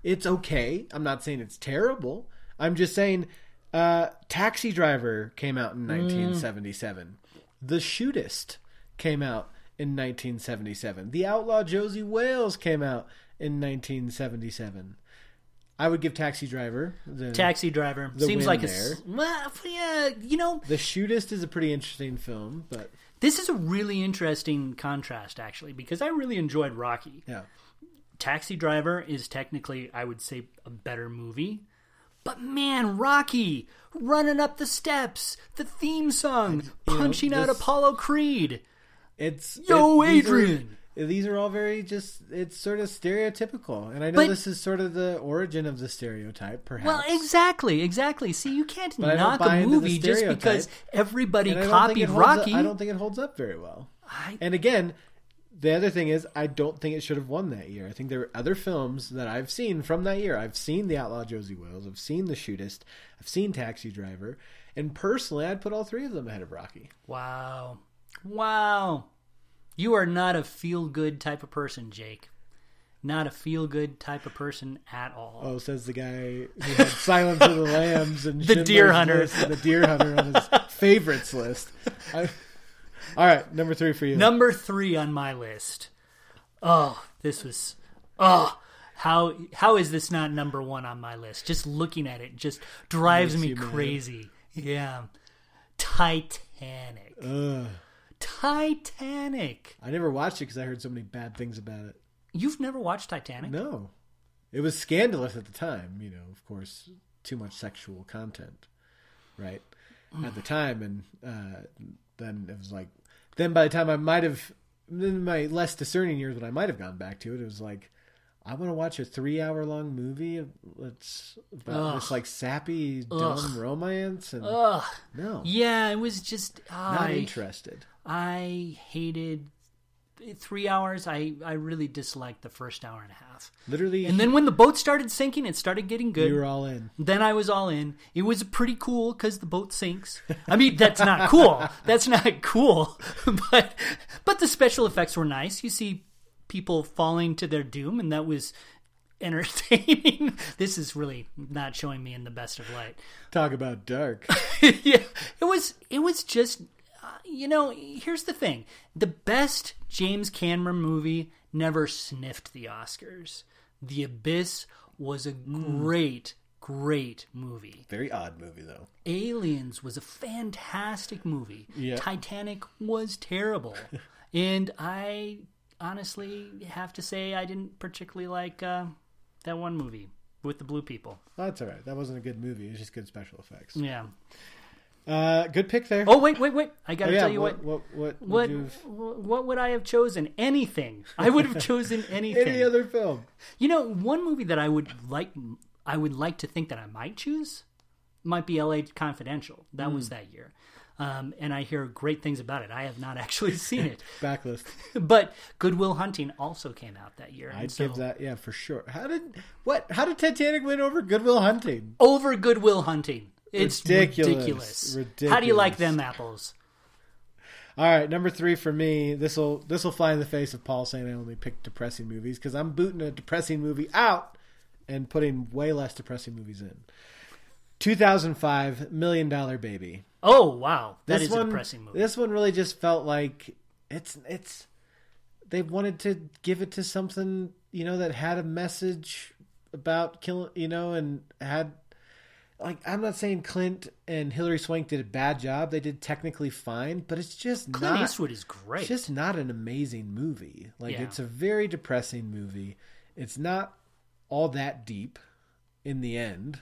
[SPEAKER 1] It's okay. I'm not saying it's terrible. I'm just saying, uh, Taxi Driver came out in 1977. The Shootist came out in 1977. The Outlaw Josie Wales came out in 1977. I would give Taxi Driver the
[SPEAKER 2] Taxi driver
[SPEAKER 1] The
[SPEAKER 2] seems
[SPEAKER 1] win
[SPEAKER 2] like a
[SPEAKER 1] there.
[SPEAKER 2] s- well, yeah, you know,
[SPEAKER 1] The Shootist is a pretty interesting film, but
[SPEAKER 2] this is a really interesting contrast actually because I really enjoyed Rocky.
[SPEAKER 1] yeah.
[SPEAKER 2] Taxi Driver is technically, I would say, a better movie. But man, Rocky running up the steps, the theme song,
[SPEAKER 1] know,
[SPEAKER 2] punching out
[SPEAKER 1] this-
[SPEAKER 2] Apollo Creed.
[SPEAKER 1] It's
[SPEAKER 2] Yo,
[SPEAKER 1] it- these are-
[SPEAKER 2] Adrian!
[SPEAKER 1] these are all very just. It's sort of stereotypical, and I know
[SPEAKER 2] But-
[SPEAKER 1] this is sort of the origin of the stereotype, perhaps.
[SPEAKER 2] Well, exactly, exactly. See, you can't
[SPEAKER 1] I don't
[SPEAKER 2] knock
[SPEAKER 1] buy
[SPEAKER 2] a
[SPEAKER 1] into the
[SPEAKER 2] movie just
[SPEAKER 1] stereotype.
[SPEAKER 2] because everybody
[SPEAKER 1] And I don't think
[SPEAKER 2] copied
[SPEAKER 1] it holds up-
[SPEAKER 2] Rocky.
[SPEAKER 1] I don't think it holds up very well.
[SPEAKER 2] I-
[SPEAKER 1] And again, the other thing is, I don't think it should have won that year. I think there were other films that I've seen from that year. I've seen The Outlaw Josie Wales, I've seen The Shootist, I've seen Taxi Driver, and personally, I'd put all three of them ahead of Rocky.
[SPEAKER 2] wow, wow. You are not a feel-good type of person, Jake. Not a feel-good type of person at all.
[SPEAKER 1] Oh, says the guy who had Silence of the Lambs and
[SPEAKER 2] The Deer
[SPEAKER 1] Schindler's
[SPEAKER 2] Hunter.
[SPEAKER 1] List and the Deer Hunter on his favorites list. I- all right, number three for you.
[SPEAKER 2] Number three on my list. Oh, this was. Oh, how how is this not number one on my list? Just looking at it just drives
[SPEAKER 1] Makes
[SPEAKER 2] me
[SPEAKER 1] you mad.
[SPEAKER 2] crazy. Yeah, Titanic.
[SPEAKER 1] Ugh.
[SPEAKER 2] Titanic.
[SPEAKER 1] I never watched it because I heard so many bad things about it.
[SPEAKER 2] You've never watched Titanic?
[SPEAKER 1] No. It was scandalous at the time, you know, of course, too much sexual content, right? At the time and uh then it was like then by the time I might have in my less discerning years when I might have gone back to it, it was like I want to watch a three-hour-long movie that's about this like sappy, dumb romance, and
[SPEAKER 2] Ugh.
[SPEAKER 1] no,
[SPEAKER 2] Yeah, it was just.
[SPEAKER 1] not
[SPEAKER 2] I,
[SPEAKER 1] interested.
[SPEAKER 2] I hated three hours. I, I really disliked the first hour and a half.
[SPEAKER 1] Literally,
[SPEAKER 2] And then when the boat started sinking, it started getting good.
[SPEAKER 1] you were all in.
[SPEAKER 2] Then I was all in. It was pretty cool because the boat sinks. I mean, that's not cool. That's not cool. but but the special effects were nice. You see people falling to their doom, and that was entertaining. this is really not showing me in the best of light.
[SPEAKER 1] Talk about dark.
[SPEAKER 2] yeah, it was. It was just. Uh, you know, here's the thing: the best James Cameron movie never sniffed the Oscars. The Abyss was a
[SPEAKER 1] Hmm.
[SPEAKER 2] great, great movie.
[SPEAKER 1] Very odd movie though.
[SPEAKER 2] Aliens was a fantastic movie.
[SPEAKER 1] Yeah.
[SPEAKER 2] Titanic was terrible. and I honestly have to say I didn't particularly like uh, that one movie with the blue people.
[SPEAKER 1] That's all right. That wasn't a good movie. It was just good special effects.
[SPEAKER 2] Yeah.
[SPEAKER 1] Uh, good pick there.
[SPEAKER 2] Oh wait, wait, wait. I got
[SPEAKER 1] Oh,
[SPEAKER 2] to
[SPEAKER 1] yeah,
[SPEAKER 2] tell you
[SPEAKER 1] what,
[SPEAKER 2] what
[SPEAKER 1] what, what, would
[SPEAKER 2] what
[SPEAKER 1] you have-
[SPEAKER 2] what would I have chosen? Anything. I would have chosen anything.
[SPEAKER 1] any other film?
[SPEAKER 2] You know, one movie that I would like I would like to think that I might choose might be LA Confidential. That
[SPEAKER 1] Hmm.
[SPEAKER 2] was that year. Um, and I hear great things about it. I have not actually seen it.
[SPEAKER 1] Backlist.
[SPEAKER 2] but Goodwill Hunting also came out that year. and
[SPEAKER 1] I'd
[SPEAKER 2] so-
[SPEAKER 1] give that. Yeah, for sure. How did what? How did Titanic win over Goodwill Hunting?
[SPEAKER 2] over Goodwill Hunting. It's
[SPEAKER 1] Ridiculous.
[SPEAKER 2] ridiculous. How do you
[SPEAKER 1] Ridiculous.
[SPEAKER 2] like them apples?
[SPEAKER 1] All right, number three for me. This will this will fly in the face of Paul saying I only picked depressing movies because I'm booting a depressing movie out and putting way less depressing movies in. 2005 Million Dollar Baby.
[SPEAKER 2] Oh wow, that
[SPEAKER 1] This
[SPEAKER 2] is a depressing movie.
[SPEAKER 1] This one really just felt like it's it's they wanted to give it to something you know that had a message about killing you know and had like I'm not saying Clint and Hillary Swank did a bad job. They did technically fine, but it's just
[SPEAKER 2] Clint
[SPEAKER 1] not
[SPEAKER 2] Eastwood is great.
[SPEAKER 1] it's just not an amazing movie. Like
[SPEAKER 2] Yeah.
[SPEAKER 1] it's a very depressing movie. It's not all that deep in the end.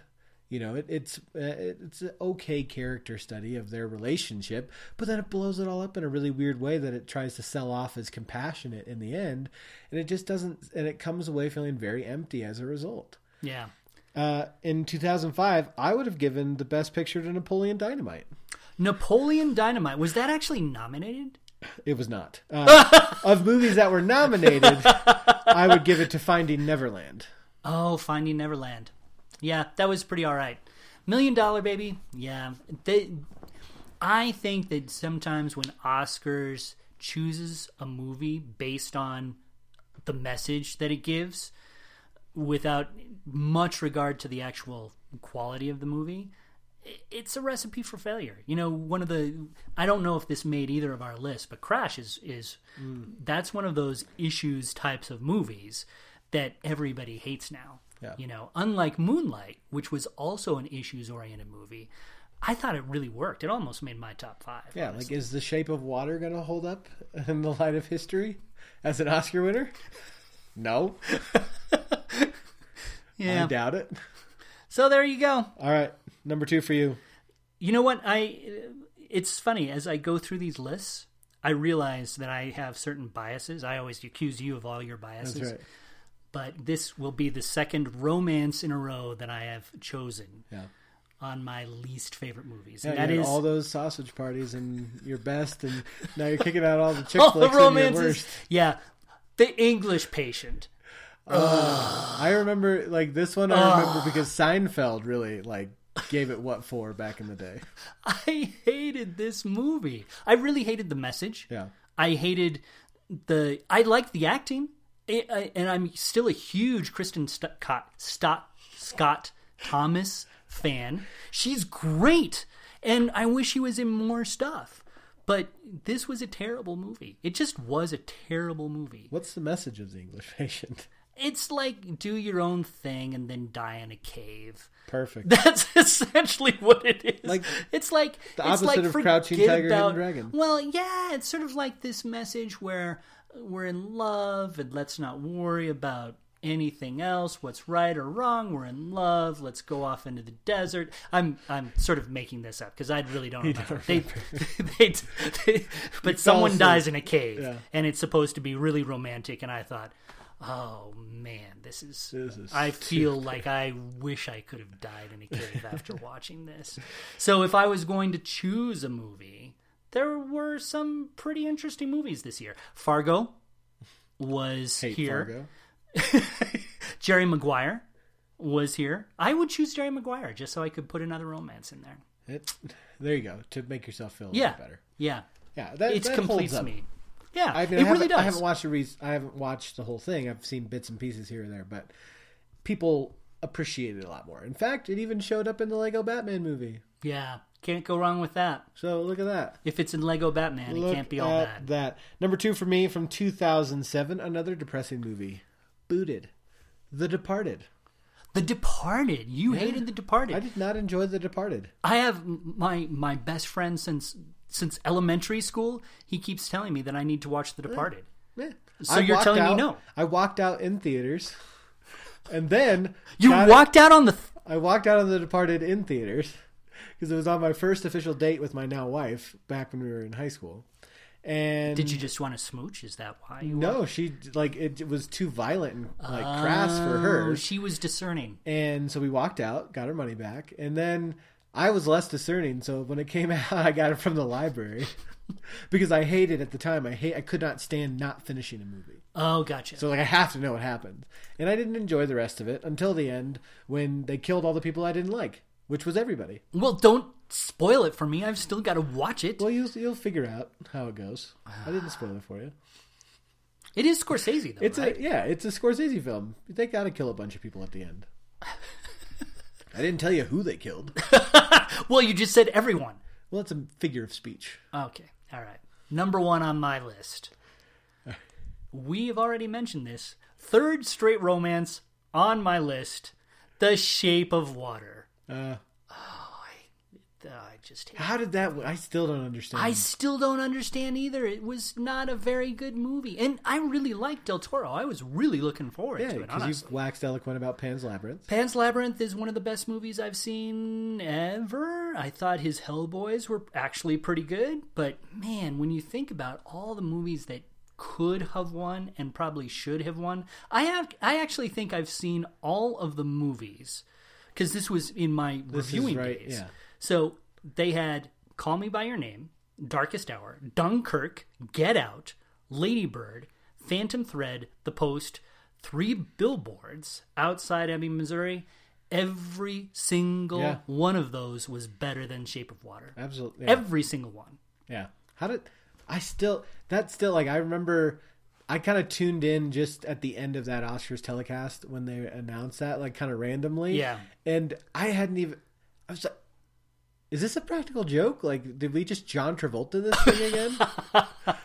[SPEAKER 1] You know, it, it's uh, it- it's an okay character study of their relationship, but then it blows it all up in a really weird way that it tries to sell off as compassionate in the end, and it just doesn't. And it comes away feeling very empty as a result.
[SPEAKER 2] yeah.
[SPEAKER 1] Uh, in 2005, I would have given the best picture to Napoleon Dynamite.
[SPEAKER 2] Napoleon Dynamite was that actually nominated?
[SPEAKER 1] It was not. Uh, of movies that were nominated, I would give it to Finding Neverland.
[SPEAKER 2] Oh, Finding Neverland. Yeah, that was pretty all right. Million Dollar Baby. Yeah, they I think that sometimes when Oscars chooses a movie based on the message that it gives without much regard to the actual quality of the movie, i- it's a recipe for failure. You know, one of the I don't know if this made either of our lists, but Crash is is
[SPEAKER 1] Mm.
[SPEAKER 2] that's one of those issues types of movies that everybody hates now.
[SPEAKER 1] Yeah.
[SPEAKER 2] You know, unlike Moonlight, which was also an issues oriented movie, I thought it really worked. It almost made my top five.
[SPEAKER 1] Yeah, like is the shape of water going to hold up in the light of history as an Oscar winner? No, I
[SPEAKER 2] yeah.
[SPEAKER 1] doubt it.
[SPEAKER 2] So there you go.
[SPEAKER 1] All right, number two for you.
[SPEAKER 2] You know what? I it's funny as I go through these lists, I realize that I have certain biases. I always accuse you of all your biases,
[SPEAKER 1] That's right.
[SPEAKER 2] but this will be the second romance in a row that I have chosen
[SPEAKER 1] Yeah,
[SPEAKER 2] on my least favorite movies.
[SPEAKER 1] yeah
[SPEAKER 2] and
[SPEAKER 1] you
[SPEAKER 2] that
[SPEAKER 1] had
[SPEAKER 2] is
[SPEAKER 1] all those sausage parties and your best, and now you're kicking out all the chick
[SPEAKER 2] all the
[SPEAKER 1] flicks and your
[SPEAKER 2] romances.
[SPEAKER 1] worst.
[SPEAKER 2] Yeah, The English Patient.
[SPEAKER 1] I remember like this one. I remember because Seinfeld really like gave it what for back in the day.
[SPEAKER 2] I hated this movie. I really hated the message.
[SPEAKER 1] Yeah.
[SPEAKER 2] I hated the. I liked the acting, I I, and I'm still a huge Kristen Scott Scott, Scott Thomas fan. She's great, and I wish she was in more stuff. But this was a terrible movie. It just was a terrible movie.
[SPEAKER 1] What's the message of the English patient?
[SPEAKER 2] It's like do your own thing and then die in a cave.
[SPEAKER 1] Perfect.
[SPEAKER 2] That's essentially what it is.
[SPEAKER 1] Like-
[SPEAKER 2] it's like the it's
[SPEAKER 1] opposite
[SPEAKER 2] like
[SPEAKER 1] of Crouching
[SPEAKER 2] forget
[SPEAKER 1] Tiger, Hidden
[SPEAKER 2] about-
[SPEAKER 1] Dragon.
[SPEAKER 2] Well, yeah, it's sort of like this message where we're in love and let's not worry about anything else, what's right or wrong. We're in love. Let's go off into the desert. I'm I'm sort of making this up because I really don't remember. They, they, they- but someone
[SPEAKER 1] asleep.
[SPEAKER 2] dies in a cave,
[SPEAKER 1] Yeah.
[SPEAKER 2] and it's supposed to be really romantic. And I thought. Oh man, this is,
[SPEAKER 1] This is
[SPEAKER 2] I feel like I wish I could have died in a cave after watching this. So if I was going to choose a movie, there were some pretty interesting movies this year. Fargo was
[SPEAKER 1] Hate
[SPEAKER 2] here.
[SPEAKER 1] Fargo.
[SPEAKER 2] Jerry Maguire was here. I would choose Jerry Maguire just so I could put another romance in there.
[SPEAKER 1] It, there you go to make yourself feel a
[SPEAKER 2] Yeah.
[SPEAKER 1] little better.
[SPEAKER 2] Yeah.
[SPEAKER 1] Yeah, that,
[SPEAKER 2] It's
[SPEAKER 1] that holds
[SPEAKER 2] completes
[SPEAKER 1] up.
[SPEAKER 2] me. Yeah.
[SPEAKER 1] I mean,
[SPEAKER 2] it
[SPEAKER 1] I
[SPEAKER 2] really
[SPEAKER 1] haven't- I
[SPEAKER 2] does.
[SPEAKER 1] haven't watched the re- I haven't watched the whole thing. I've seen bits and pieces here and there, but people appreciate it a lot more. In fact, it even showed up in the Lego Batman movie.
[SPEAKER 2] yeah. Can't go wrong with that.
[SPEAKER 1] So look at that.
[SPEAKER 2] If it's in Lego Batman,
[SPEAKER 1] Look
[SPEAKER 2] it can't be all bad.
[SPEAKER 1] at that. Number two for me from 2007, another depressing movie, Booted, The Departed.
[SPEAKER 2] The Departed. You hated The Departed.
[SPEAKER 1] I did not enjoy The Departed.
[SPEAKER 2] I have my my best friend since since elementary school. He keeps telling me that I need to watch The Departed.
[SPEAKER 1] Eh.
[SPEAKER 2] So you're
[SPEAKER 1] walked
[SPEAKER 2] telling me
[SPEAKER 1] out-
[SPEAKER 2] no.
[SPEAKER 1] I walked out in theaters, and then
[SPEAKER 2] You
[SPEAKER 1] got- Mm.
[SPEAKER 2] walked out on the. Th-
[SPEAKER 1] I walked out of The Departed in theaters because it was on my first official date with my now wife back when we were in high school. And
[SPEAKER 2] Did you just want to smooch? Is that why? You
[SPEAKER 1] No, she like it was too violent and like crass for her.
[SPEAKER 2] Oh, she was discerning.
[SPEAKER 1] And so we walked out, got her money back, and then I was less discerning. So when it came out, I got it from the library because I hated at the time. I hate. I could not stand not finishing a movie.
[SPEAKER 2] Oh, gotcha.
[SPEAKER 1] So like I have to know what happens. And I didn't enjoy the rest of it until the end when they killed all the people I didn't like, which was everybody.
[SPEAKER 2] well, don't spoil it for me. I've still got to watch it.
[SPEAKER 1] Well, you'll you'll figure out how it goes. I didn't spoil it for you.
[SPEAKER 2] It is Scorsese though.
[SPEAKER 1] It's
[SPEAKER 2] right?
[SPEAKER 1] a yeah, it's a Scorsese film. They got to kill a bunch of people at the end. I didn't tell you who they killed.
[SPEAKER 2] well, you just said everyone.
[SPEAKER 1] Well, it's a figure of speech.
[SPEAKER 2] Okay. All right. Number one on my list. We have already mentioned this. Third straight romance on my list The Shape of Water.
[SPEAKER 1] Uh,
[SPEAKER 2] Oh, I just hate
[SPEAKER 1] How did that? I still don't understand.
[SPEAKER 2] I still don't understand either. It was not a very good movie. And I really liked Del Toro. I was really looking forward
[SPEAKER 1] yeah,
[SPEAKER 2] to it,
[SPEAKER 1] because
[SPEAKER 2] honestly.
[SPEAKER 1] you've waxed eloquent about Pan's Labyrinth.
[SPEAKER 2] Pan's Labyrinth is one of the best movies I've seen ever. I thought his Hellboys were actually pretty good, but man, when you think about all the movies that could have won and probably should have won, I have I actually think I've seen all of the movies because this was in my reviewing
[SPEAKER 1] right,
[SPEAKER 2] days.
[SPEAKER 1] yeah.
[SPEAKER 2] So they had Call Me by Your Name, Darkest Hour, Dunkirk, Get Out, Ladybird, Phantom Thread, The Post, Three Billboards Outside Ebbing, Missouri, Every single
[SPEAKER 1] Yeah.
[SPEAKER 2] one of those was better than Shape of Water.
[SPEAKER 1] Absolutely.
[SPEAKER 2] Every single one.
[SPEAKER 1] Yeah. How did I still that still like I remember I kind of tuned in just at the end of that Oscars telecast when they announced that like kind of randomly.
[SPEAKER 2] Yeah.
[SPEAKER 1] And I hadn't even I was like is this a practical joke? Like did we just John Travolta this thing again?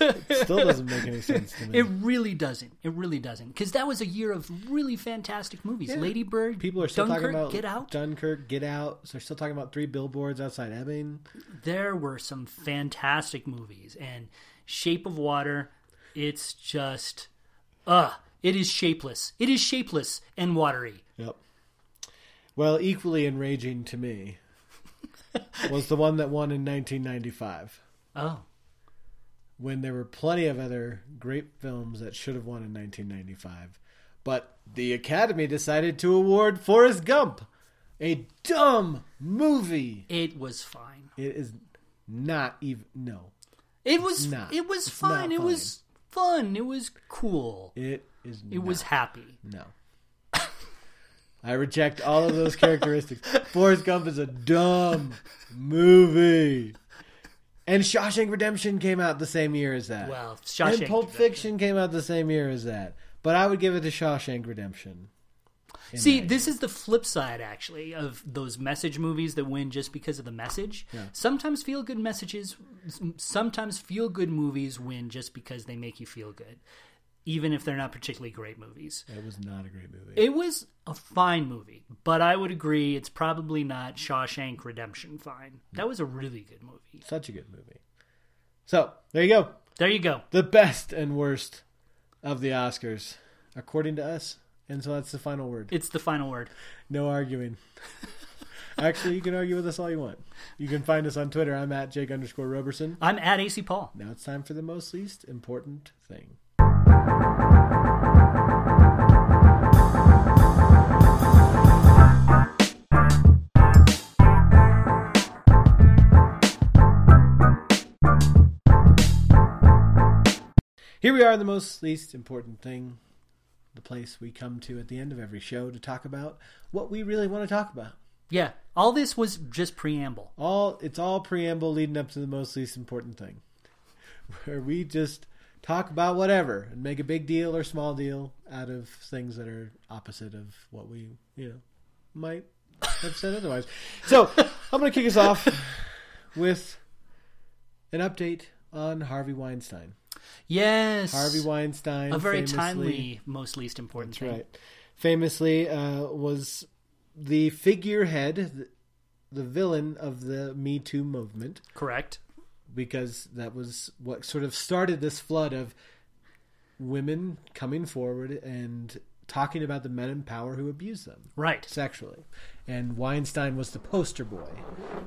[SPEAKER 1] it still doesn't make any sense to me.
[SPEAKER 2] It really doesn't. It really doesn't. Because that was a year of really fantastic movies. Lady Bird,
[SPEAKER 1] People are still
[SPEAKER 2] Dunkirk,
[SPEAKER 1] talking about
[SPEAKER 2] Get Out.
[SPEAKER 1] Dunkirk, Get Out. So they're still talking about three billboards outside Ebbing.
[SPEAKER 2] there were some fantastic movies and shape of water it's just uh it is shapeless it is shapeless and watery
[SPEAKER 1] Yep. Well, equally enraging to me was the one that won in 1995,
[SPEAKER 2] oh
[SPEAKER 1] when there were plenty of other great films that should have won in 1995, but the Academy decided to award Forrest Gump, a dumb movie.
[SPEAKER 2] it was fine
[SPEAKER 1] It is not even no.
[SPEAKER 2] it was
[SPEAKER 1] not-
[SPEAKER 2] it was
[SPEAKER 1] it's not
[SPEAKER 2] fine it was fun it was cool it,
[SPEAKER 1] It is. It
[SPEAKER 2] was happy
[SPEAKER 1] no. I reject all of those characteristics. Forrest Gump is a dumb movie. And Shawshank Redemption came out the same year as that.
[SPEAKER 2] well
[SPEAKER 1] and
[SPEAKER 2] Shawshank
[SPEAKER 1] Pulp Fiction came out the same year as that. But I would give it to Shawshank Redemption.
[SPEAKER 2] See, this is the flip side, actually, of those message movies that win just because of the message. Sometimes feel good messages, s- sometimes feel good movies win just because they make you feel good, even if they're not particularly great movies.
[SPEAKER 1] That was not a great movie.
[SPEAKER 2] It was a fine movie, but I would agree it's probably not Shawshank Redemption fine. That was a really good movie.
[SPEAKER 1] Such a good movie. So, there you go.
[SPEAKER 2] There you go.
[SPEAKER 1] The best and worst of the Oscars, according to us. And so that's the final word.
[SPEAKER 2] It's the final word.
[SPEAKER 1] No arguing. Actually, you can argue with us all you want. You can find us on Twitter. I'm at Jake underscore Roberson.
[SPEAKER 2] I'm at AC Paul.
[SPEAKER 1] Now it's time for the most least important thing. Here we are in the most least important thing, the place we come to at the end of every show to talk about what we really want to talk about.
[SPEAKER 2] Yeah, all this was just preamble.
[SPEAKER 1] All it's all preamble leading up to the most least important thing, where we just talk about whatever and make a big deal or small deal out of things that are opposite of what we you know might have said otherwise. So I'm going to kick us off with an update on Harvey Weinstein.
[SPEAKER 2] Yes.
[SPEAKER 1] Harvey Weinstein,
[SPEAKER 2] a very
[SPEAKER 1] famously-
[SPEAKER 2] timely, most least important thing.
[SPEAKER 1] Right. Famously, uh, was the figurehead, the, the villain of the Me Too movement,
[SPEAKER 2] Correct.
[SPEAKER 1] because that was what sort of started this flood of women coming forward and talking about the men in power who abuse them
[SPEAKER 2] Right.
[SPEAKER 1] sexually. And Weinstein was the poster boy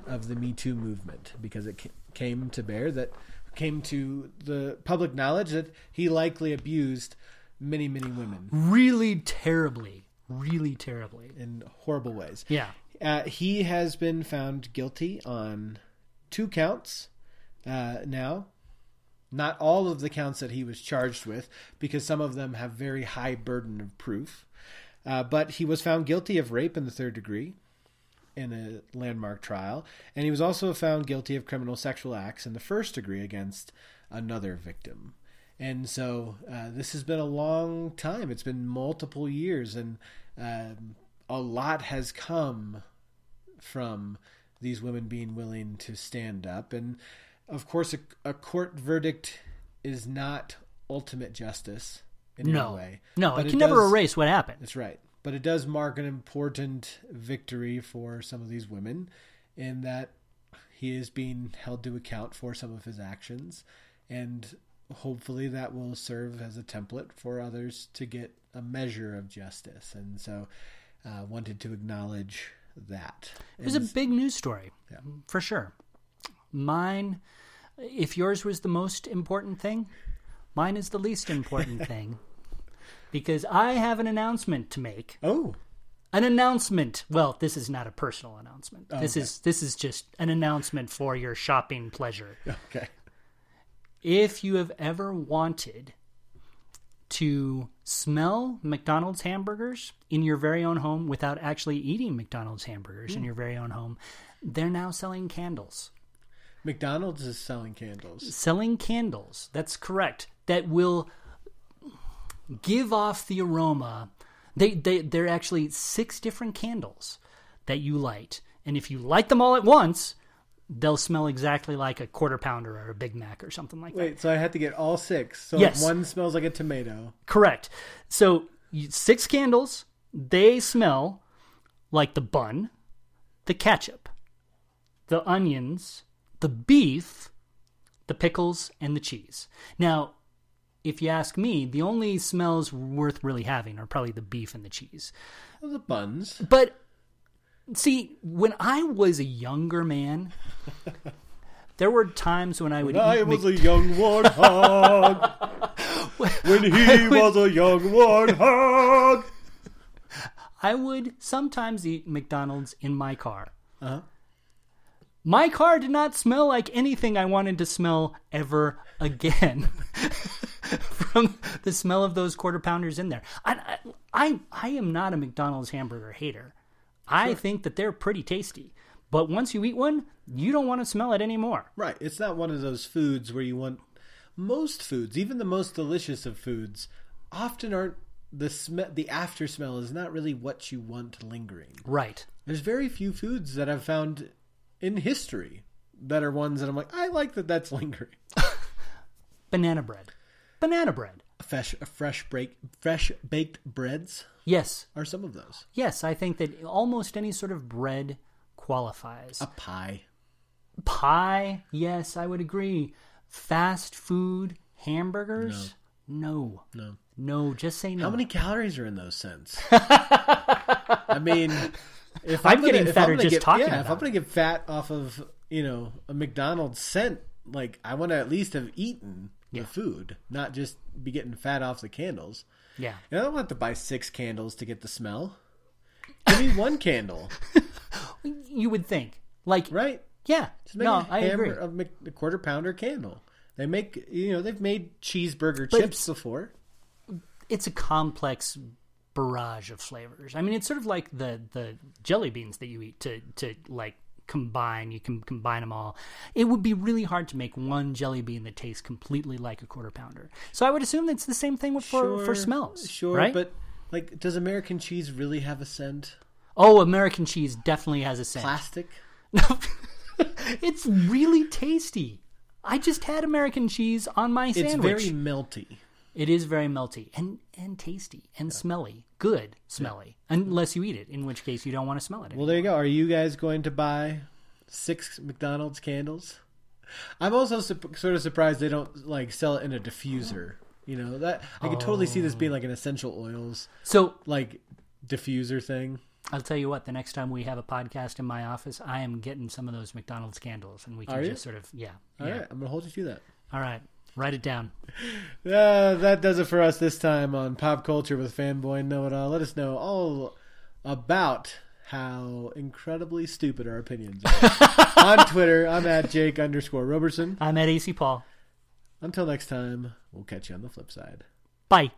[SPEAKER 1] of the Me Too movement because it ca- came to bear that came to the public knowledge that he likely abused many many women
[SPEAKER 2] Really terribly. Really terribly.
[SPEAKER 1] in horrible ways.
[SPEAKER 2] Yeah.
[SPEAKER 1] Uh, he has been found guilty on two counts uh, now. Not all of the counts that he was charged with, because some of them have very high burden of proof. Uh, but he was found guilty of rape in the third degree in a landmark trial, and he was also found guilty of criminal sexual acts in the first degree against another victim. And so uh, this has been a long time. It's been multiple years, and um, a lot has come from these women being willing to stand up. And of course, a, a court verdict is not ultimate justice in
[SPEAKER 2] No.
[SPEAKER 1] any way.
[SPEAKER 2] No,
[SPEAKER 1] But
[SPEAKER 2] it can never
[SPEAKER 1] does-
[SPEAKER 2] erase what happened.
[SPEAKER 1] that's right. But it does mark an important victory for some of these women in that he is being held to account for some of his actions. And hopefully that will serve as a template for others to get a measure of justice. And so uh, wanted to acknowledge that.
[SPEAKER 2] It was a big news story. For sure. Mine, if yours was the most important thing, mine is the least important thing. Because I have an announcement to make.
[SPEAKER 1] Oh,
[SPEAKER 2] An announcement. Well, this is not a personal announcement. this is this is just an announcement for your shopping pleasure.
[SPEAKER 1] okay.
[SPEAKER 2] if you have ever wanted to smell McDonald's hamburgers in your very own home without actually eating McDonald's hamburgers in your very own home. They're now selling candles.
[SPEAKER 1] McDonald's is selling candles.
[SPEAKER 2] Selling candles, that's correct, that will give off the aroma. They, they, they're actually six different candles that you light. And if you light them all at once, they'll smell exactly like a quarter pounder or a Big Mac or something like that.
[SPEAKER 1] Wait, so I had to get all six. So
[SPEAKER 2] Yes.
[SPEAKER 1] if one smells like a tomato.
[SPEAKER 2] Correct. So you- six candles, they smell like the bun, the ketchup, the onions, the beef, the pickles, and the cheese. Now, if you ask me, the only smells worth really having are probably the beef and the cheese.
[SPEAKER 1] Those are buns.
[SPEAKER 2] But see, when I was a younger man, there were times when I would eat
[SPEAKER 1] I was a young warthog. when he was a young warthog.
[SPEAKER 2] I would sometimes eat McDonald's in my car.
[SPEAKER 1] Uh-huh.
[SPEAKER 2] My car did not smell like anything I wanted to smell ever again. From the smell of those quarter pounders in there, I, I, I- I am not a McDonald's hamburger hater. I think that they're pretty tasty, but once you eat one, you don't want to smell it anymore.
[SPEAKER 1] Right. It's not one of those foods where you want most foods, even the most delicious of foods, often aren't the sm- the after smell is not really what you want lingering.
[SPEAKER 2] Right?
[SPEAKER 1] There's very few foods that I've found in history that are ones that I'm like, I like that that's lingering.
[SPEAKER 2] Banana bread. Banana bread.
[SPEAKER 1] Fresh fresh break fresh baked breads
[SPEAKER 2] Yes,
[SPEAKER 1] are some of those.
[SPEAKER 2] yes. I think that almost any sort of bread qualifies.
[SPEAKER 1] A pie.
[SPEAKER 2] pie yes i would agree fast food hamburgers no no,
[SPEAKER 1] No.
[SPEAKER 2] just say no
[SPEAKER 1] How many calories are in those cents? I mean, if
[SPEAKER 2] I'm
[SPEAKER 1] I'm, gonna-
[SPEAKER 2] getting
[SPEAKER 1] if
[SPEAKER 2] fatter
[SPEAKER 1] I'm gonna
[SPEAKER 2] just
[SPEAKER 1] get,
[SPEAKER 2] talking
[SPEAKER 1] yeah, if
[SPEAKER 2] about
[SPEAKER 1] I'm going to get fat off of you know a McDonald's scent, like I want to at least have eaten the food, not just be getting fat off the candles.
[SPEAKER 2] yeah
[SPEAKER 1] And I don't have to buy six candles to get the smell. Give me one candle,
[SPEAKER 2] you would think like
[SPEAKER 1] right?
[SPEAKER 2] yeah
[SPEAKER 1] Just make
[SPEAKER 2] no
[SPEAKER 1] a
[SPEAKER 2] i
[SPEAKER 1] hammer-
[SPEAKER 2] agree
[SPEAKER 1] a Mc- a quarter pounder candle. They make you know they've made cheeseburger
[SPEAKER 2] it's-
[SPEAKER 1] chips before.
[SPEAKER 2] it's a complex barrage of flavors i mean it's sort of like the the jelly beans that you eat to to like combine you can combine them all it would be really hard to make one jelly bean that tastes completely like a quarter pounder so i would assume that's the same thing with for, for smells
[SPEAKER 1] Sure,
[SPEAKER 2] right?
[SPEAKER 1] but like, does American cheese really have a scent?
[SPEAKER 2] oh american cheese definitely has a scent
[SPEAKER 1] Plastic.
[SPEAKER 2] No. it's really tasty. I just had American cheese on my
[SPEAKER 1] It's
[SPEAKER 2] sandwich.
[SPEAKER 1] very melty.
[SPEAKER 2] It is very melty and and tasty and smelly. Good smelly, unless you eat it, in which case you don't want to smell it.
[SPEAKER 1] Well, there you go. Are you guys going to buy six McDonald's candles? I'm also sup- sort of surprised they don't like sell it in a diffuser. You know that I could totally see this being like an essential oils
[SPEAKER 2] so
[SPEAKER 1] like diffuser thing.
[SPEAKER 2] I'll tell you what. The next time we have a podcast in my office, I am getting some of those McDonald's candles, and we can
[SPEAKER 1] Are you?
[SPEAKER 2] just sort of yeah.
[SPEAKER 1] All right, I'm gonna hold you to that.
[SPEAKER 2] All right, write it down.
[SPEAKER 1] Uh, that does it for us this time on Pop Culture with Fanboy and Know It All. Let us know all about how incredibly stupid our opinions are. on Twitter, I'm at Jake underscore Roberson.
[SPEAKER 2] I'm at AC Paul.
[SPEAKER 1] Until next time, we'll catch you on the flip side.
[SPEAKER 2] Bye.